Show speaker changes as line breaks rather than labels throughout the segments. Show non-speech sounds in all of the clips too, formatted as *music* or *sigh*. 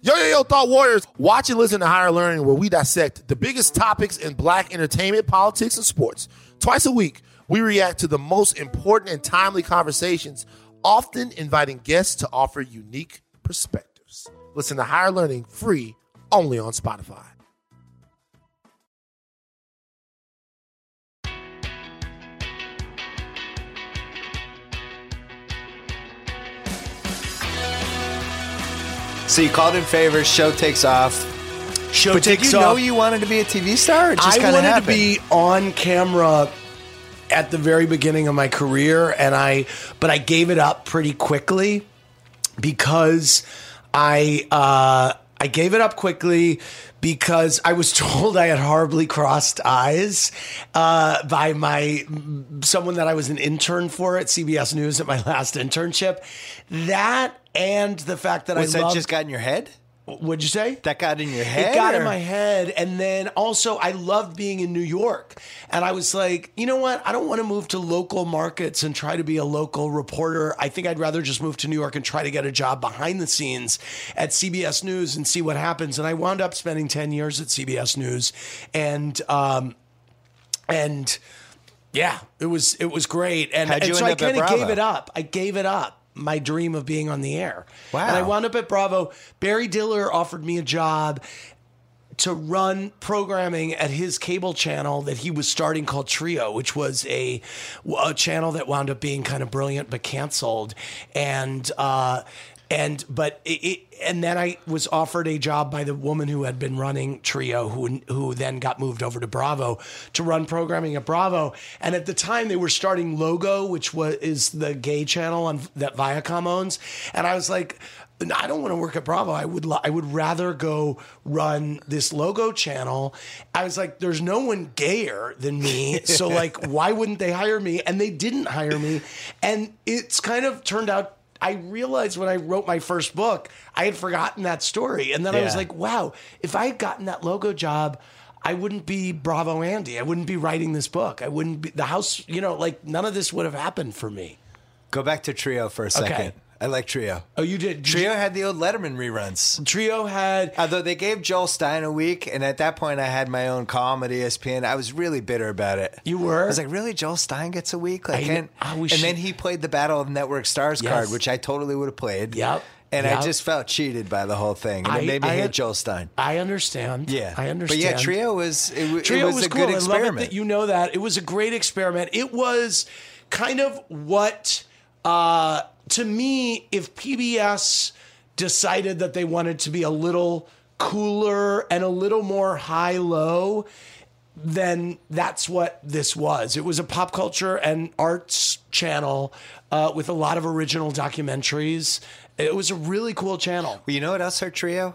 Yo, yo, yo, Thought Warriors. Watch and listen to Higher Learning, where we dissect the biggest topics in black entertainment, politics, and sports. Twice a week, we react to the most important and timely conversations, often inviting guests to offer unique perspectives. Listen to Higher Learning free only on Spotify.
So you called in favors. Show takes off.
Show
but did
takes
you
off.
know you wanted to be a TV star? Or it just
I
kinda
wanted
happened?
to be on camera at the very beginning of my career, and I, but I gave it up pretty quickly because I, uh, I gave it up quickly because I was *laughs* told I had horribly crossed eyes uh, by my someone that I was an intern for at CBS News at my *laughs* last internship. That and the fact that
Was
I
that
loved,
just got in your head?
what'd you say?
That got in your head?
It got
or-
in my head. And then also, I loved being in New York. And I was like, you know what? I don't want to move to local markets and try to be a local reporter. I think I'd rather just move to New York and try to get a job behind the scenes at CBS News and see what happens. And I wound up spending 10 years at CBS News. And, um, and, yeah, it was it was great, and,
How'd you
and so
end
I
up at
kind of gave
Bravo?
it up. I gave it up my dream of being on the air.
Wow.
And I wound up at Bravo. Barry Diller offered me a job to run programming at his cable channel that he was starting called Trio, which was a, a channel that wound up being kind of brilliant but canceled. And, uh, and but it, it, and then I was offered a job by the woman who had been running Trio, who who then got moved over to Bravo to run programming at Bravo. And at the time, they were starting Logo, which was is the gay channel on, that Viacom owns. And I was like, no, I don't want to work at Bravo. I would li- I would rather go run this logo channel. I was like, there's no one gayer than *laughs* me, so like, why wouldn't they hire me? And they didn't hire me, and it's kind of turned out. I realized when I wrote my first book, I had forgotten that story, and then I was
Yeah.
like, wow, if I had gotten that logo job. I wouldn't be Bravo Andy. I wouldn't be writing this book. I wouldn't be the house, you know, like none of this would have happened for me.
Go back to Trio for a second. I like Trio.
Oh, you did?
Trio had the old Letterman reruns.
Trio had
Although they gave Joel Stein a week, and at that point I had my own column at E ESPN. I was really bitter about it.
You were?
I was like, really? Joel Stein gets a week? Like,
I kn-
can't.
I
and
wish
then
you-
he played the Battle of Network Stars
Yes.
card, which I totally would have played.
Yep.
And I
Yep.
just felt cheated by the whole thing, and
I-
it made me
I
hate
had-
Joel Stein.
I understand.
Yeah,
I understand.
But yeah, Trio was it, w- it
Trio
was, a
cool.
good
I love it
experiment.
that you know that. It was a great experiment. It was kind of what, uh, to me, if PBS decided that they wanted to be a little cooler and a little more high low, then that's what this was. It was a pop culture and arts channel uh, with a lot of original documentaries. It was a really cool channel.
Well, you know what else hurt Trio?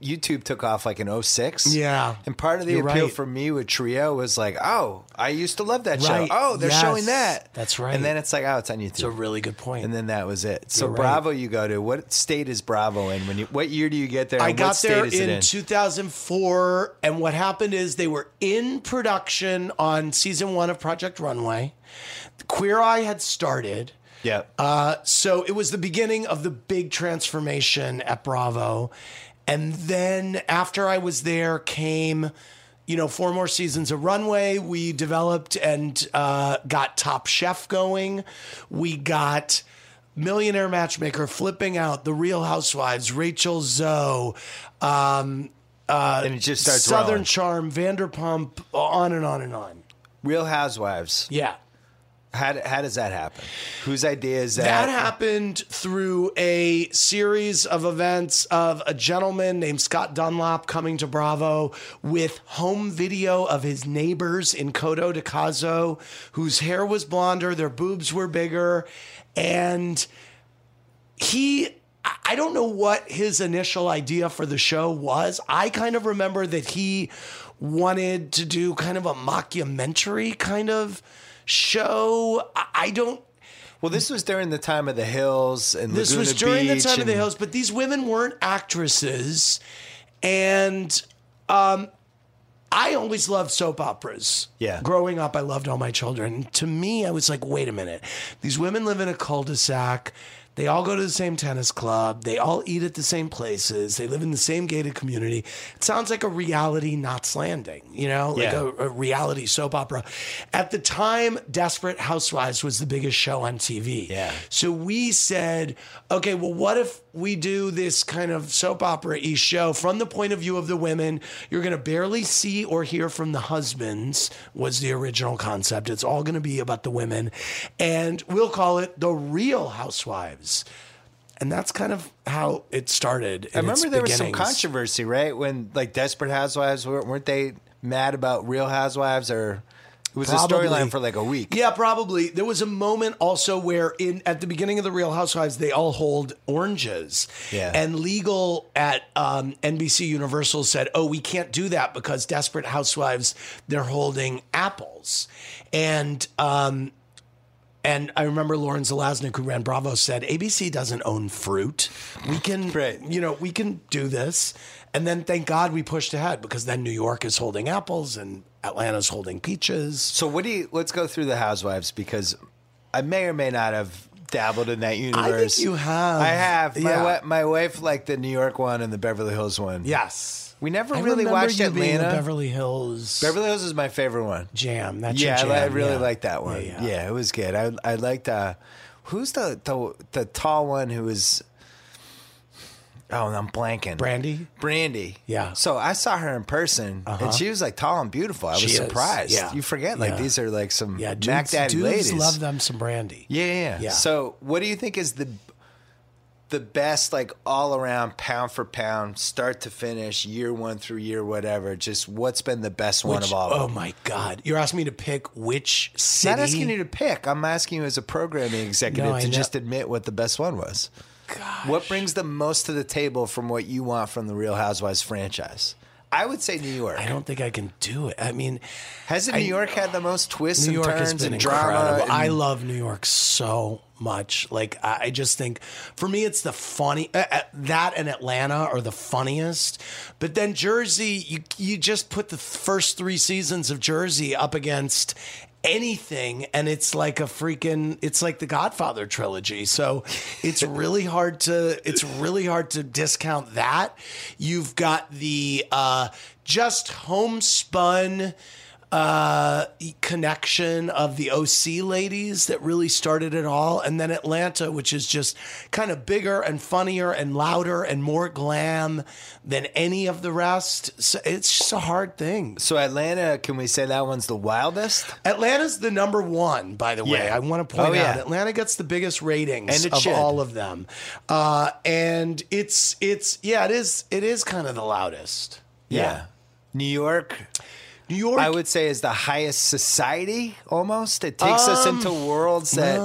YouTube took off like in 06.
Yeah.
And part of the
You're
appeal
right.
for me with Trio was like, oh, I used to love that show.
Right.
Oh, they're
Yes.
showing that.
That's right.
And then it's like, oh, it's on YouTube.
It's a really good point.
and then that was it. So
You're right.
Bravo, you go to what state is Bravo in? When you what year do you get there?
I
and Uh, what
got
state
there
is it
in 2004, and what happened is they were in production on season one of Project Runway. Queer Eye had started.
Yep.
Uh, so it was the beginning of the big transformation at Bravo. And then after I was there came, you know, four more seasons of Runway. We developed and uh, got Top Chef going. We got Millionaire Matchmaker, Flipping Out, The Real Housewives, Rachel Zoe, um,
and it just starts
Southern
rolling.
Charm, Vanderpump, on and on and on.
Real Housewives.
Yeah.
How, how does that happen? Whose idea is that?
That happened through a series of events of a gentleman named Scott Dunlop coming to Bravo with home video of his neighbors in Kodo Caso, whose hair was blonder, their boobs were bigger, and he I- I don't know what his initial idea for the show was. I kind of remember that he wanted to do kind of a mockumentary kind of show. I- I don't
Well, this was during the time of the Hills and
this
Laguna
was during the
Beach
time of the
and-
hills, but these women weren't actresses, and um, I always loved soap operas.
Yeah.
growing up, I loved all my children. To me, I was like, wait a minute, these women live in a cul-de-sac. They all go to the same tennis club. They all eat at the same places. They live in the same gated community. It sounds like a reality Knots Landing, you know, like
Yeah.
a, a reality soap opera. At the time, Desperate Housewives was the biggest show on TV.
Yeah.
So we said, okay, well, what if we do this kind of soap opera y show from the point of view of the women? You're going to barely see or hear from the husbands, was the original concept. It's all going to be about the women. And we'll call it The Real Housewives. And that's kind of how it started.
I remember there was some
controversy.
controversy, right? When like Desperate Housewives weren't weren't they mad about Real Housewives or it was
Probably.
a storyline for like a week.
Yeah, probably. There was a moment also where in at the beginning of the Real Housewives, they all hold oranges.
Yeah.
And legal at um, NBC Universal said, "Oh, we can't do that because Desperate Housewives they're holding apples," and. Um, and I remember Lauren Zelaznik, who ran Bravo, said ABC doesn't own fruit. We can,
Right.
you know, we can do this. And then thank God we pushed ahead because then New York is holding apples and Atlanta's holding peaches.
So what do you? Let's go through the Housewives because I may or may not have dabbled in that universe.
you have.
I have. My,
Yeah.
wa- my wife liked the New York one and the Beverly Hills one.
Yes.
We never
I
really
remember
watched
you being a
Atlanta.
Beverly Hills
Beverly Hills is my favorite one.
jam. That's your
Yeah, I, li- I
jam,
really
yeah.
liked that one. Yeah,
Yeah, yeah.
it was good. I I liked uh, who's the the the tall one who was. Oh, I'm blanking.
Brandy.
Brandy.
Yeah. Uh-huh.
So I saw her in person, and she was like tall and beautiful. I
She
was
is,
surprised.
yeah.
You forget, like
Yeah.
these are like some
Yeah,
yeah,
dudes,
Mac Daddy
dudes
ladies.
love them some brandy.
Yeah, yeah,
Yeah.
yeah. So, what do you think is the the best, like all around, pound for pound, start to finish, year one through year whatever? Just what's been the best one
Which-
of all? of
oh
them?
my God! You're asking me to pick which city?
Not asking you to pick. I'm asking you as a programming executive
I
to
know.
just admit what the best one was. What brings the most to the table from what you want from the Real Housewives franchise? I would say New York.
I don't think I can do it. I mean,
Hasn't
I-
New York had the most twists and
New York
turns
has been
and drama?
incredible.
and-
I love New York so much. Like I I just think for me, it's the funny uh, uh, that and Atlanta are the funniest. But then Jersey, you you just put the first three seasons of Jersey up against anything and it's like a freaking it's like the godfather trilogy so
*laughs*
it's really hard to it's really hard to discount that you've got the uh just homespun uh, connection of the OC ladies that really started it all, and then Atlanta, which is just kind of bigger and funnier and louder and more glam than any of the rest. So it's just a hard thing.
so Atlanta, can we say that one's the wildest?
Atlanta's the number one, by the way.
Yeah.
I want to point
Oh, yeah.
out Atlanta gets the biggest ratings
And it
of
should.
all of them, uh, and it's it's yeah, it is it is kind of the loudest.
Yeah. New York,
New York.
I would say, is the highest society almost. It takes us
Um,
into worlds that.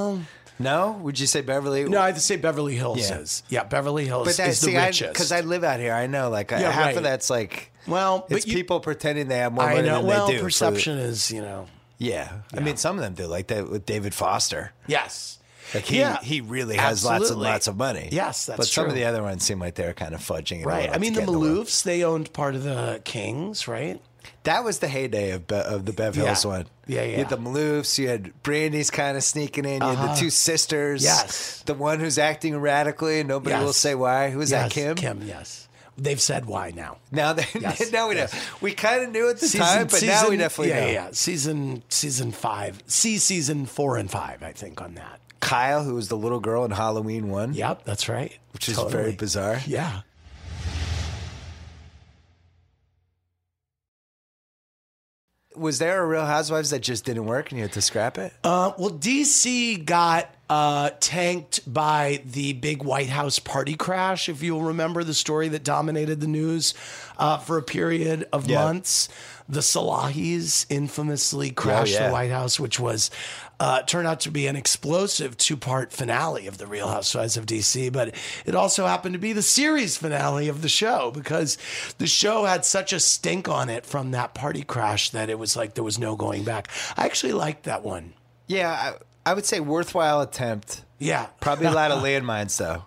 no? Would you say Beverly?
no, I'd say Beverly Hills
Yeah.
is. Yeah, Beverly Hills
but that's
is the richest.
Because I, live out here. I know, like, uh,
Yeah,
half
right.
of that's like.
Well, but
it's
you-
people pretending they have more
I
money
know.
than
Well,
they do. for-
perception is, you know.
yeah. I mean, some of them do, like that with David Foster.
Yes.
Like he,
Yeah.
he really has lots and
Absolutely.
lots of money.
Yes, that's
But some of
true.
the other ones seem like they're kind of fudging it. a
Right.
little
I mean,
to
the
get in way.
Maloofs, they owned part of the Kings, right?
That was the heyday of Be- of the Bev Hills
Yeah.
one.
Yeah,
You had
yeah.
the Maloofs. You had Brandy's kind of sneaking in. You had the two sisters.
Uh-huh. Yes.
The one who's acting erratically and nobody will
Yes.
say why. Who is that?
Yes,
Kim.
Kim, yes. They've said why now.
Now *laughs* they
Yes,
now we know. We kind of knew at the time, but now we definitely
yeah,
know.
Yeah, yeah. Season season five. See season four and five, I think, on that.
Kyle, who was the little girl in Halloween one,
Yep, that's right.
which is very bizarre.
Yeah.
Was there a Real Housewives that just didn't work and you had to scrap it?
Uh, well, DC got uh, tanked by the big White House party crash, if you'll remember the story that dominated the news uh, for a period of
Yeah. Oh,
months. The Salahis infamously crashed
yeah.
the White House, which was uh, turned out to be an explosive two part finale of The Real Housewives of DC. But it also happened to be the series finale of the show because the show had such a stink on it from that party crash that it was like there was no going back. I actually liked that one.
Yeah, I, I would say worthwhile attempt.
Yeah,
Probably a
*laughs*
lot of landmines though.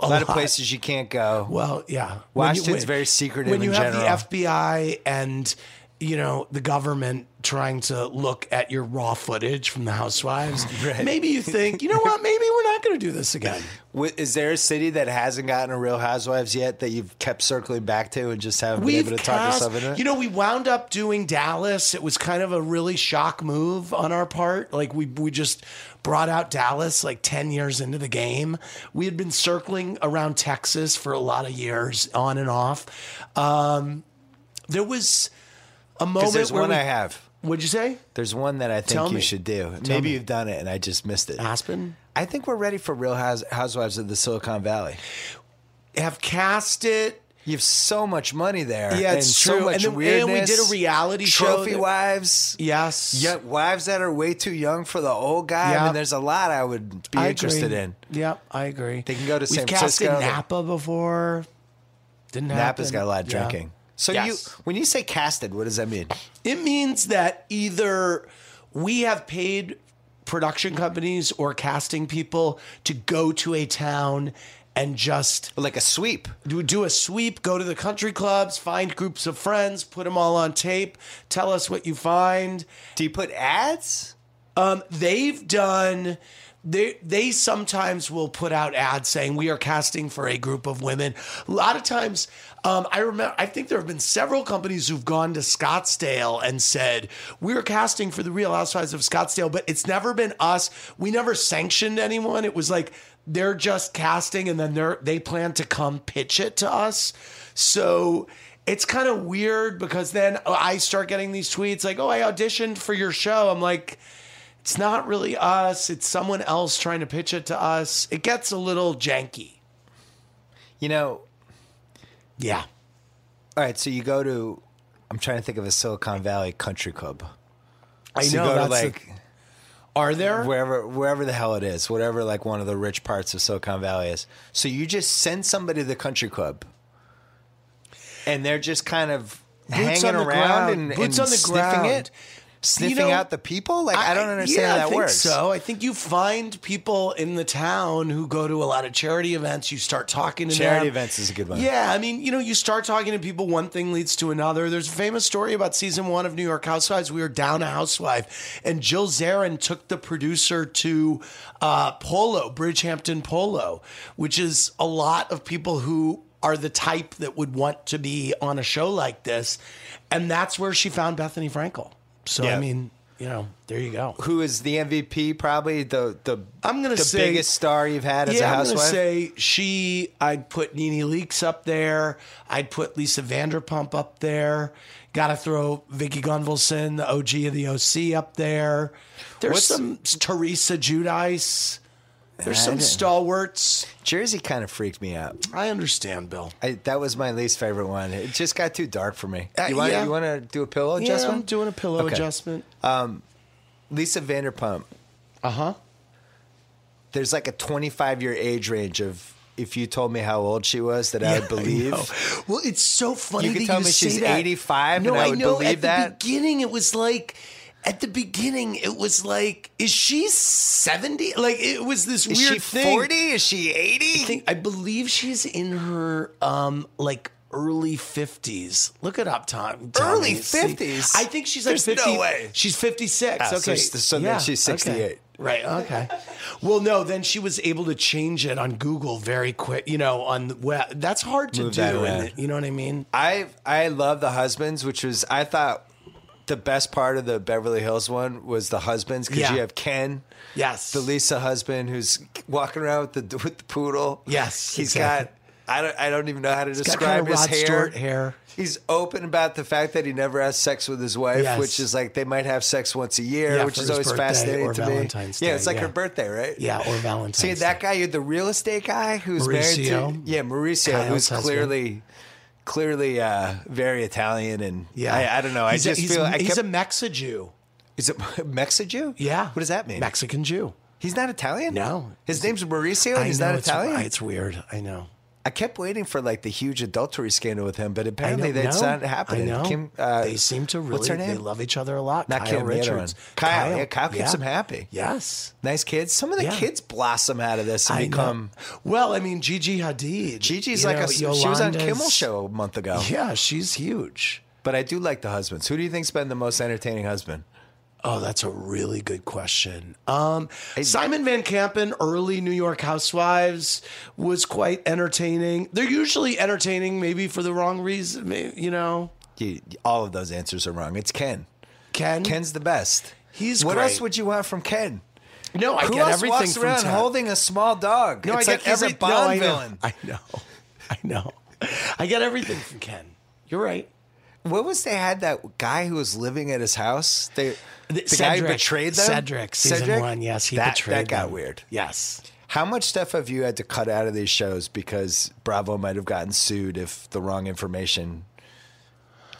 A, lot, of
lot.
places you can't go.
Well, yeah. When you-
Washington's
when-
very secretive
When
in
you have
general.
the FBI and you know, the government trying to look at your raw footage from
*laughs*
the housewives, maybe you think, you know what, maybe we're not going to do this again.
Wh- Is there a city that hasn't gotten a Real Housewives yet that you've kept circling back to and just haven't
We've
been able to talk
cast-
yourself into? it?
you know, we wound up doing Dallas. It was kind of a really shock move on our part. Like we we just brought out Dallas like 10 years into the game. We had been circling around Texas for a lot of years on and off. Um, there was a moment
Because there's
where
one
we-
I have.
What'd you say?
There's one that I think
Tell
you
me.
should do.
Tell
Maybe
me. Ah,
you've done it and I just missed it.
Aspen?
I think we're ready for Real Hous- Housewives of the Silicon Valley.
Have cast it.
You have so much money there.
Yeah,
and
it's
So
true.
much
And then- and we did a
weirdness.
reality show
Trophy
that-
wives.
Yes.
Yeah, wives that are way too young for the old guy. I
Yeah.
mean, there's a lot I would be interested in.
Yeah, I agree. They
can go to
We've
San
casted
Francisco.
Napa before. Didn't happen.
Napa's got a lot of
Yeah.
drinking. So
Yes.
you, when you say casted, what does that mean?
It means that either we have paid production companies or casting people to go to a town and just
Like a sweep.
do, do a sweep, go to the country clubs, find groups of friends, put them all on tape, tell us what you find.
Do you put ads?
Um, they've done. They they sometimes will put out ads saying we are casting for a group of women. A lot of times, um, I remember. I think there have been several companies who've gone to Scottsdale and said we're casting for the Real Housewives of Scottsdale, but it's never been us. We never sanctioned anyone. It was like they're just casting, and then they're they plan to come pitch it to us. So it's kind of weird because then I start getting these tweets like, "Oh, I auditioned for your show." I'm like, "It's not really us. It's someone else trying to pitch it to us." It gets a little janky.
You know,
Yeah.
all right, so you go to, I'm trying to think of a Silicon Valley country club.
I
So you
know
go to,
that's
like,
like are there?
wherever wherever the hell it is, whatever like one of the rich parts of Silicon Valley is. So you just send somebody to the country club, and they're just kind of
Boots
hanging
on the
around
ground.
and,
Boots
and
on the
sniffing
ground.
it, sniffing
know,
out the people. Like I, don't understand
yeah,
how that
I think
works.
So I think you find people in the town who go to a lot of charity events. You start talking to
Charity
them.
events is a good one.
Yeah, I mean, you know, you start talking to people, one thing leads to another. There's a famous story about season one of New York Housewives. We were down a housewife, and Jill Zarin took the producer to uh, Polo, Bridgehampton Polo, which is a lot of people who are the type that would want to be on a show like this. And that's where she found Bethany Frankel. So,
Yeah.
I mean, you know, there you go.
Who is the MVP? Probably the the
I'm gonna
the
say-
biggest star you've had as a
yeah, I'm
housewife.
gonna say she. I'd put Nene Leakes up there. I'd put Lisa Vanderpump up there. Got to throw Vicky Gunvalson, the OG of the OC, up there. There's
What's-
some Teresa Judice. There's
I
some
didn't-
stalwarts.
Jersey kind of freaked me out.
I understand, Bill.
I, that was my least favorite one. It just got too dark for me.
Uh,
you want
yeah.
you want to do a pillow
Yeah, I'm
adjustment?
doing a pillow
Okay.
adjustment.
Lisa Vanderpump.
Uh huh.
there's like a 25 year age range of if you told me how old she was that *laughs*
*laughs*
I would believe.
Well, it's so funny
You could
that
tell
you
me
say
she's
that.
85
no,
and I
I
would
know.
believe
at
that.
the beginning, it was like. At the beginning, it was like, is she seventy? Like it was this
Is
weird
she
thing.
40? Is she 80?
I think- I believe she's in her um like early fifties. Look it up, Tom. Tommy.
Early
See?
50s?
I think she's like
There's
fifty.
no way.
She's fifty six.
Ah, so
okay,
s- so then she's
okay.
68.
Right. Okay. well, no. Then she was able to change it on Google very quick. You know, on the web. That's hard to
Move
do.
that
and
around.
it- you know what I mean?
I I love the husbands, which was I thought the best part of the Beverly Hills one was the husbands because
Yeah.
you have Ken,
Yes.
the Lisa husband, who's walking around with the with the poodle.
Yes,
he's
exactly.
got. I don't. I don't even know how to
got
describe
kinda
his
Rod
hair.
Stewart hair.
He's open about the fact that he never has sex with his wife,
Yes.
which is like they might have sex once a year,
Yeah,
which
for
is
his
always
birthday
fascinating
or
to
Valentine's
me.
Day,
yeah, it's like
yeah.
her birthday, right?
Yeah, or Valentine's.
See that guy, you're the real estate guy who's married
Mauricio.
to yeah Mauricio,
Kyle's
who's
husband.
clearly clearly uh, very Italian and
Yeah,
I, I don't know. I
He's a-
just
he's-
feel I
he's
kept,
a Mexa-Jew.
is it *laughs* Mexican?
Yeah.
What does that mean?
Mexican Jew.
he's not Italian.
No.
his name's Mauricio. and He's
I know
not
it's,
Italian.
It's weird. I know.
I kept waiting for like the huge adultery scandal with him, but apparently
know,
that's
no,
not happening.
I know.
Kim, uh,
they seem to really.
what's her name?
They love each other a lot.
Not
Kyle
Kim, the other
Richards.
one. Kyle, yeah, Kyle keeps him happy.
Yes.
Nice kids. Some of the
Yeah.
kids blossom out of this and
I
become.
become. Well, I mean, Gigi Hadid.
Gigi's
you
like
know,
a. She was on
Yolanda's-
Kimmel Show a month ago.
Yeah, she's huge.
But I do like the husbands. Who do you think's been the most entertaining husband?
Oh, that's a really good question. Um, Simon Van Campen, early New York Housewives, was quite entertaining. They're usually entertaining, maybe for the wrong reason. may- You know,
You- all of those answers are wrong. It's Ken.
Ken.
Ken's the best.
He's
what
great.
else would you want from Ken?
no, I
Who
get
else
everything
walks
from
around
Ted.
holding a small dog?
No,
it's
I
like
get
he's
every,
a Bond
no, I know.
villain.
I know, I know. I get everything from Ken. You're right.
What was they had that guy who was living at his house? They, the guy who
Cedric-
betrayed them.
Cedric, season one. Yes, he
that,
betrayed
That got
them.
weird.
Yes.
How much stuff have you had to cut out of these shows because Bravo might have gotten sued if the wrong information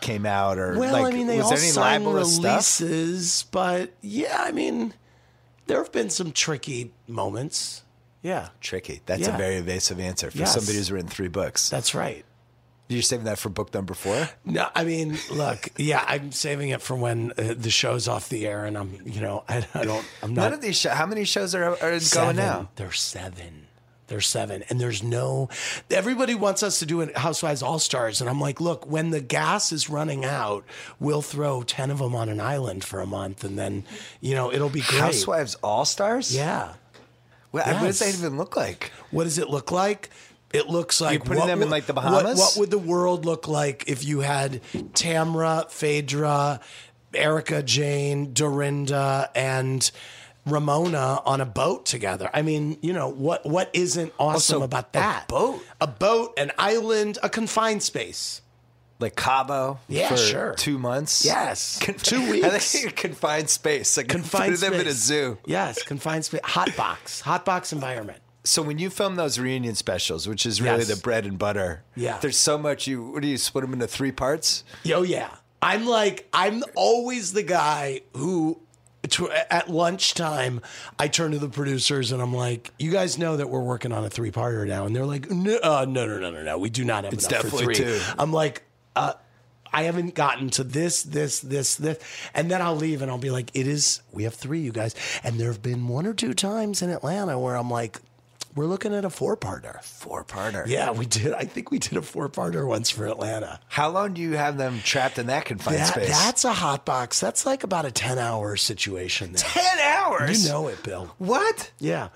came out or
Well,
like
I mean, they
was
all
there any
sign
libelous stuff?
releases, but yeah, I mean, there have been some tricky moments. Yeah,
Tricky. That's
Yeah.
a very evasive answer for
Yes.
somebody who's written three books.
that's right.
You're saving that for book number four.
No, I mean, look, yeah, I'm saving it for when uh, the show's off the air, and I'm, you know, I, I don't, I'm not.
None of these. Show, how many shows are, are going
seven.
now?
There's seven. There's seven. And there's no, everybody wants us to do an Housewives All Stars. And I'm like, look, when the gas is running out, we'll throw 10 of them on an island for a month. And then, you know, it'll be great.
Housewives All Stars.
Yeah.
What, what does
Yes.
that even look like?
What does it look like? It looks like
putting
what
them in,
would-
like, the
what-
Bahamas?
What, would the world look like if you had Tamra, Phaedra, Erica, Jane, Dorinda, and Ramona on a boat together? I mean, you know what? What isn't awesome
Also,
about
a
that?
boat?
a boat, an island, a confined space.
Like Cabo
Yeah,
for
sure.
two months.
*laughs* Yes,
*laughs*
two
I think
weeks.
you're confined space. Like
Confined
put them
space.
in a zoo.
Yes, confined space. Hot box. Hot box environment.
So when you film those reunion specials, which is really
Yes.
the bread and butter,
Yeah.
there's so much. You what do you split them into three parts?
Yo, yeah. I'm like, I'm always the guy who, to, at lunchtime, I turn to the producers and I'm like, you guys know that we're working on a three parter now. And they're like, no, uh, no, no, no, no, no. We do not have enough
definitely
for 3
two.
I'm like, uh, I haven't gotten to this, this, this, this. And then I'll leave and I'll be like, it is, we have three, you guys. And there have been one or two times in Atlanta where I'm like, we're looking at a four parter.
Four parter.
Yeah, we did. I think we did a four parter once for Atlanta.
How long do you have them trapped in that confined
That-
space?
That's a hot box. That's like about a 10 hour situation. There.
ten hours.
You know it, Bill.
what?
Yeah.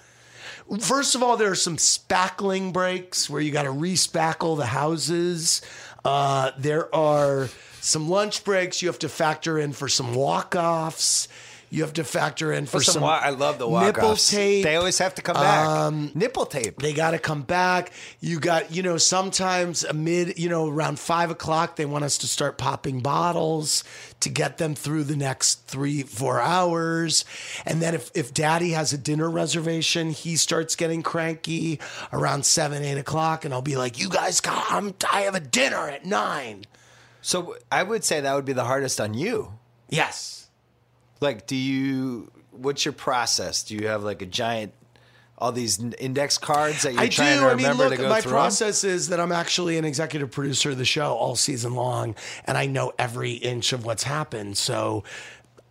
First of all, there are some spackling breaks where you got to respackle the houses. Uh, there are some lunch breaks you have to factor in for some walk offs. You have to factor in for
Some,
some.
wa- I love the walk
nipple tape. um,
They always have to come back. nipple tape.
They got to come back. You got, you know, sometimes amid, you know, around five o'clock, they want us to start popping bottles to get them through the next three, four hours. And then if, if daddy has a dinner reservation, he starts getting cranky around seven, eight o'clock. And I'll be like, you guys got, I'm, I have a dinner at nine.
So I would say that would be the hardest on you.
Yes.
Like, do you? What's your process? Do you have like a giant, all these n- index cards that you're
I do.
trying to
I
remember
mean, look,
to go
my
through?
process is that I'm actually an executive producer of the show all season long, and I know every inch of what's happened. So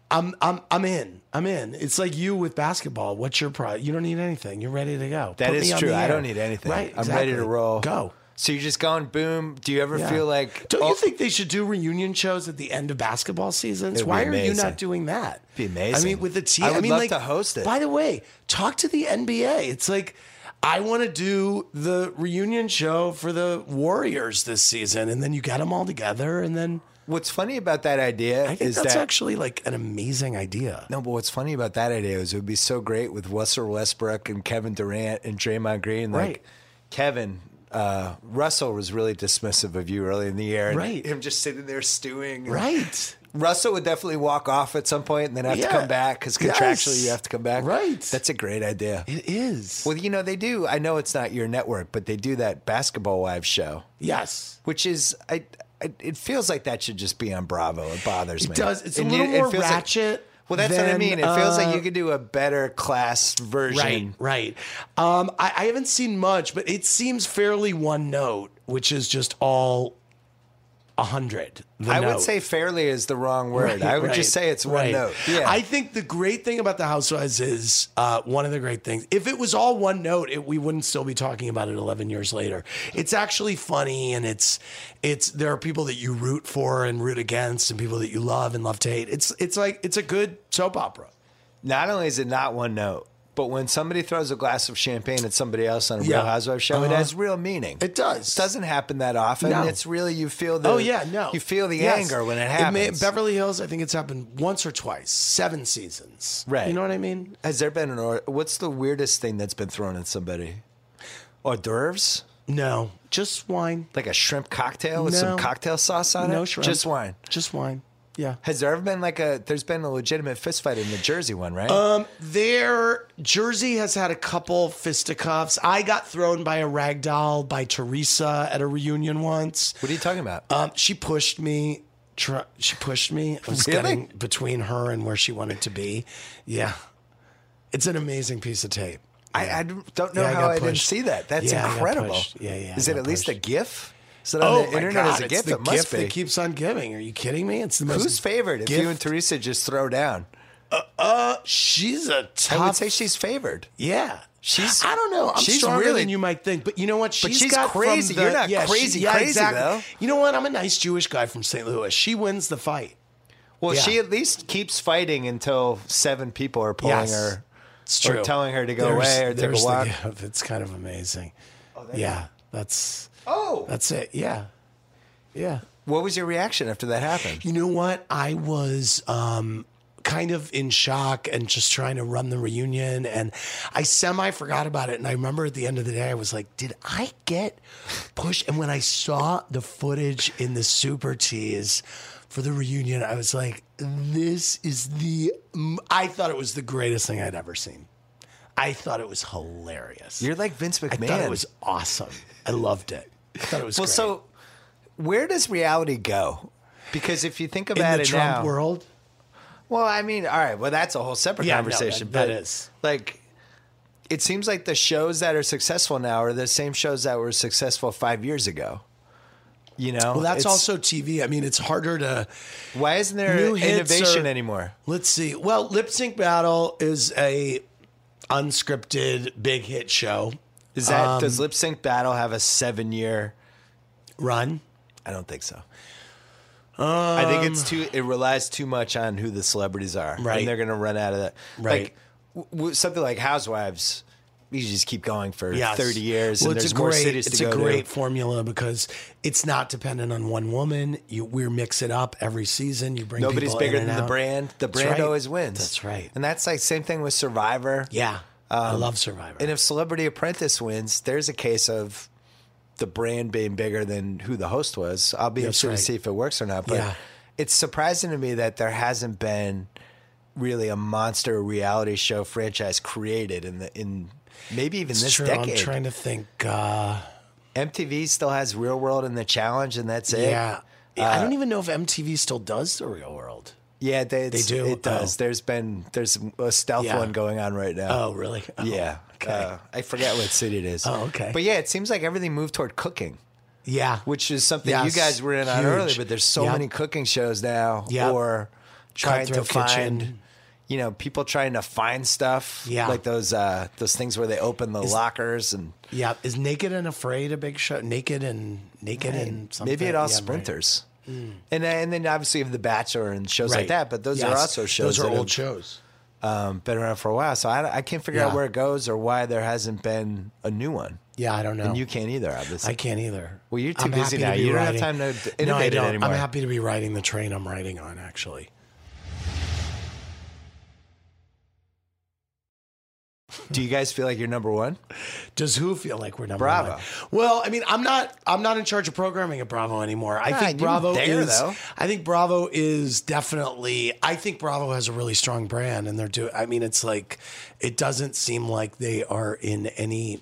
I'm I'm I'm in. I'm in. It's like you with basketball. What's your pro? You don't need anything. You're ready to go.
That
Put
is
me on
true.
the
I
air.
don't need anything.
Right.
I'm ready to
exactly.
roll.
Go.
So you're just going boom. Do you ever
Yeah.
feel like?
Don't
oh,
you think they should do reunion shows at the end of basketball seasons?
It'd be
Why are you
amazing.
not doing that?
be amazing.
I mean, with the team.
I
I,
would
mean,
love
like
to host it.
By the way, talk to the NBA. It's like I want to do the reunion show for the Warriors this season, and then you get them all together, and then
What's funny about that idea
I think
is
that's
that
actually like an amazing idea.
no, but what's funny about that idea is it would be so great with Russell Westbrook and Kevin Durant and Draymond Green. Like
Right.
Kevin, uh, Russell was really dismissive of you early in the year. and
Right.
Him just sitting there stewing.
Right.
Russell would definitely walk off at some point and then have
Yeah.
to come back because contractually
Yes.
you have to come back.
Right.
That's a great idea.
It is.
Well, you know, they do. I know it's not your network, but they do that basketball wives show.
yes.
which is I, I it feels like that should just be on Bravo. It bothers me.
It does. It's a
And
little
it
more
feels like-
ratchet
well, that's what I
than,
mean. It feels
uh,
like you could do a better class
Right,
version.
right. Um, I, I haven't seen much, but it seems fairly one note, which is just all 100. the
I
note.
would say fairly is the wrong word. I would
Right,
just say it's one
right.
note. Yeah.
I think the great thing about the Housewives is uh, one of the great things. If it was all one note, it, we wouldn't still be talking about it 11 years later. It's actually funny, and it's it's there are people that you root for and root against, and people that you love and love to hate. It's it's like it's a good soap opera.
not only is it not one note, but when somebody throws a glass of champagne at somebody else on a
Yeah.
Real Housewives show, it
Uh-huh.
has real meaning.
It does.
doesn't happen that often.
No.
It's really you feel the
Oh yeah, no.
you feel the
Yes.
anger when it
may-
happens.
Beverly Hills, I think it's happened once or twice, seven seasons.
Right.
You know what I mean?
Has there been an or what's the weirdest thing that's been thrown at somebody? Hors d'oeuvres?
No, just wine.
Like a shrimp cocktail with
No.
some cocktail sauce on it?
No shrimp.
Just wine.
Just wine. Yeah.
Has there ever been like a there's been a legitimate fist fight in the Jersey one, right?
Uh, Their Jersey has had a couple fisticuffs. I got thrown by a rag doll by Teresa at a reunion once.
what are you talking about?
Um, she pushed me. Tr- she pushed me. I was
Really?
getting between her and where she wanted to be. Yeah, it's an amazing piece of tape.
I, I don't know
Yeah, I
how
got
I didn't
pushed.
see that. That's
Yeah, I got
incredible.
pushed. Yeah, yeah, I
Is it
got
at least a GIF? Is it on
Oh,
the
my
internet
God,
as a
it's
GIF?
the
It must
gift
be.
that keeps on giving. Are you kidding me? It's the most.
Who's favored? If you and Teresa just throw down,
she's a
I
tough.
would say she's favored.
Yeah.
She's-
I don't know. I'm
she's
stronger
really-
than you might think, but you know what?
she's
got from
crazy.
the-
You're not
yeah, she-
crazy,
yeah,
crazy,
exactly.
though.
You know what? I'm a nice Jewish guy from St. Louis. She wins the fight.
Well,
Yeah.
she at least keeps fighting until seven people are pulling
Yes.
her.
It's
Or
true.
telling her to go
There's-
away or take a
there's the *laughs*
walk.
gift. It's kind of amazing. yeah, that's
Oh,
that's it. Yeah, yeah.
what was your reaction after that happened?
You know what? I was um, kind of in shock and just trying to run the reunion. And I semi forgot about it. And I remember at the end of the day, I was like, did I get pushed? And when I saw the footage in the Super Tease for the reunion, I was like, this is the. I thought it was the greatest thing I'd ever seen. I thought it was hilarious.
You're like Vince
I
McMahon.
thought it was awesome. I loved it. I thought it was
well,
great.
so where does reality go? Because if you think
in
about
the
it
Trump
now,
world,
Well, I mean, all right. Well, that's a whole separate
Yeah, no,
conversation.
that- that
but
is.
like, it seems like the shows that are successful now are the same shows that were successful five years ago. You know,
well, that's
It's-
also TV. I mean, it's harder to
why isn't there
new hits
innovation
are-
anymore?
Let's see. Well, Lip Sync Battle is a unscripted big hit show.
Is that does
um,
Lip Sync Battle have a seven year?
Run.
I don't think so. I think it's too. It relies too much on who the celebrities are,
Um, Right.
And they're going to run out of that.
Right.
Like, w- w- something like Housewives, you just keep going for
Yes.
thirty years,
Well,
and
it's
there's
a
more
great,
cities to
It's
go
a
to.
great formula because it's not dependent on one woman. You we mix it up every season. You bring
Nobody's
people
bigger
in and
than the
out.
brand. The
That's
brand
right.
always wins.
That's right.
And that's like same thing with Survivor.
Yeah, I love Survivor.
Um, And if Celebrity Apprentice wins, there's a case of the brand being bigger than who the host was. I'll be interested
right.
to see if it works or not. But
Yeah.
it's surprising to me that there hasn't been really a monster reality show franchise created in the in maybe even this
Sure,
decade.
I'm trying to think. Uh,
MTV still has Real World and The Challenge, and that's it.
yeah, I
uh,
don't even know if MTV still does the Real World.
yeah, they, it's-
do?
It does.
Oh.
There's been there's a stealth
Yeah.
one going on right now.
Oh, really? Oh,
Yeah.
Okay.
Uh, I forget what city it is.
Oh, okay.
But yeah, it seems like everything moved toward cooking,
yeah.
which is something
Yes,
you guys were in on
huge.
earlier, but there's so
Yep.
many cooking shows now
Yep.
or trying to
Cutthroat
find
Kitchen.
you know, people trying to find stuff.
Yeah.
Like those uh those things where they open the lockers and
Yeah, is Naked and Afraid a big show? Naked and Naked and something.
maybe it all
Yeah, Hmm.
sprinters. And then- and then obviously you have The Bachelor and shows
right.
like that, but those
Yes.
are also shows
Those are
that
old
have
shows.
um, been around for a while. So I, I can't figure out
Yeah.
where it goes or why there hasn't been a new one.
Yeah, I don't know.
And you can't either, obviously.
I can't either.
Well, you're too
I'm
busy
happy to
now.
be
You don't have
riding-
time to d-
no, I
innovate it
don't.
anymore.
I'm happy to be riding the train I'm riding on. Actually,
Do you guys feel like you're number one?
does who feel like we're number
Bravo.
one? Well, I mean, I'm not. I'm not in charge of programming at Bravo anymore. I
Nah,
think
you were
Bravo
there,
is.
though.
I think Bravo is definitely. I think Bravo has a really strong brand, and they're doing. I mean, it's like it doesn't seem like they are in any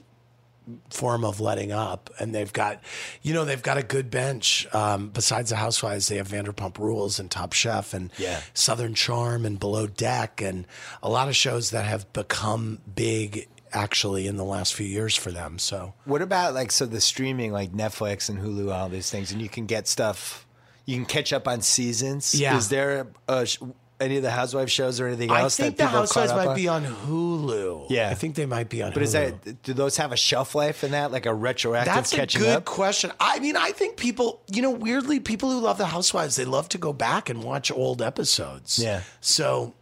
form of letting up. And they've got, you know, they've got a good bench. Um, besides the Housewives, they have Vanderpump Rules and Top Chef and
Yeah.
Southern Charm and Below Deck and a lot of shows that have become big actually in the last few years for them. So
What about like so the streaming, like Netflix and Hulu, all these things, and you can get stuff You can catch up on seasons.
Yeah.
Is there a, a, sh- any of the Housewives shows or anything
I
else?
think
that
the
people have
Housewives
caught up
might
on?
be on Hulu.
Yeah.
I think they might be on.
But
Hulu.
is that do those have a shelf life in that like a retroactive
That's a
catching
good
up?
question. I mean, I think people, you know, weirdly, people who love the Housewives, they love to go back and watch old episodes.
Yeah.
So,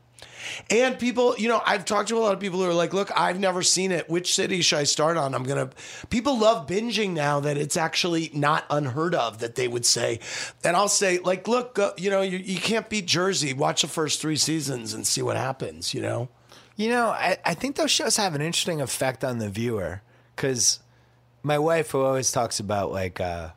and people, you know, I've talked to a lot of people who are like, look, I've never seen it. Which city should I start on? I'm going to, people love binging now that it's actually not unheard of that they would say. And I'll say, like, look, go, you know, you, you can't beat Jersey. Watch the first three seasons and see what happens, you know?
You know, I, I think those shows have an interesting effect on the viewer because my wife who always talks about like uh,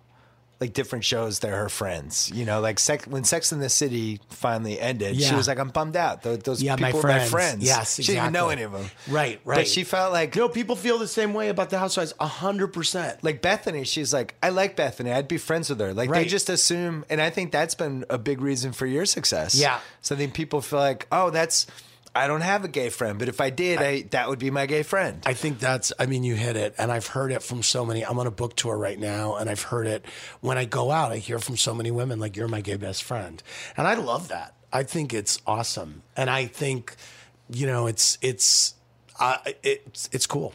like different shows they're her friends. You know, like sex, when Sex in the City finally ended, she
Yeah.
was like, "I'm bummed out. Those, those
Yeah, my
people are my
friends.
friends."
Yes,
she didn't even know any
exactly.
of them.
Right, right.
But she felt like
No, people feel the same way about the Housewives, 100%.
like Bethany, she's like, I like Bethany. I'd be friends with her. Like they
Right.
just assume, and I think that's been a big reason for your success.
Yeah.
So then people feel like, oh, that's I don't have a gay friend, but if I did, I, that would be my gay friend.
I think that's, I mean, you hit it. And I've heard it from so many. I'm on a book tour right now, and I've heard it when I go out. I hear from so many women, like, you're my gay best friend. And I love that. I think it's awesome. And I think, you know, it's, it's, uh, it's, it's cool.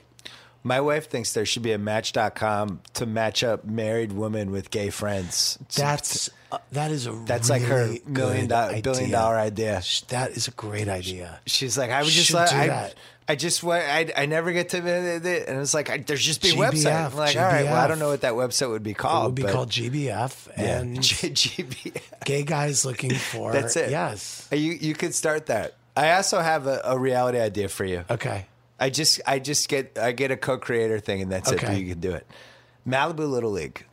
my wife thinks there should be a match.com to match up married women with gay friends.
That's, uh, that is a,
that's like her
really
million
good
dollar billion
idea.
dollar idea.
That is a great idea.
She's like, I would just
Should
let
do
I,
that.
I just wa- I, I never get to and it's like I, there's just be a website.
GBF,
I'm like, all right, well, I
GBF.
don't know what that website would be
It
called.
would be
but- *laughs*
called GBF and
GBF.
gay guys looking
*laughs*
for.
That's it.
Yes.
You you could start that. I also have a, a reality idea for you.
Okay.
I just I just get I get a co-creator thing and that's it.
Okay.
But you can do it. Malibu Little League.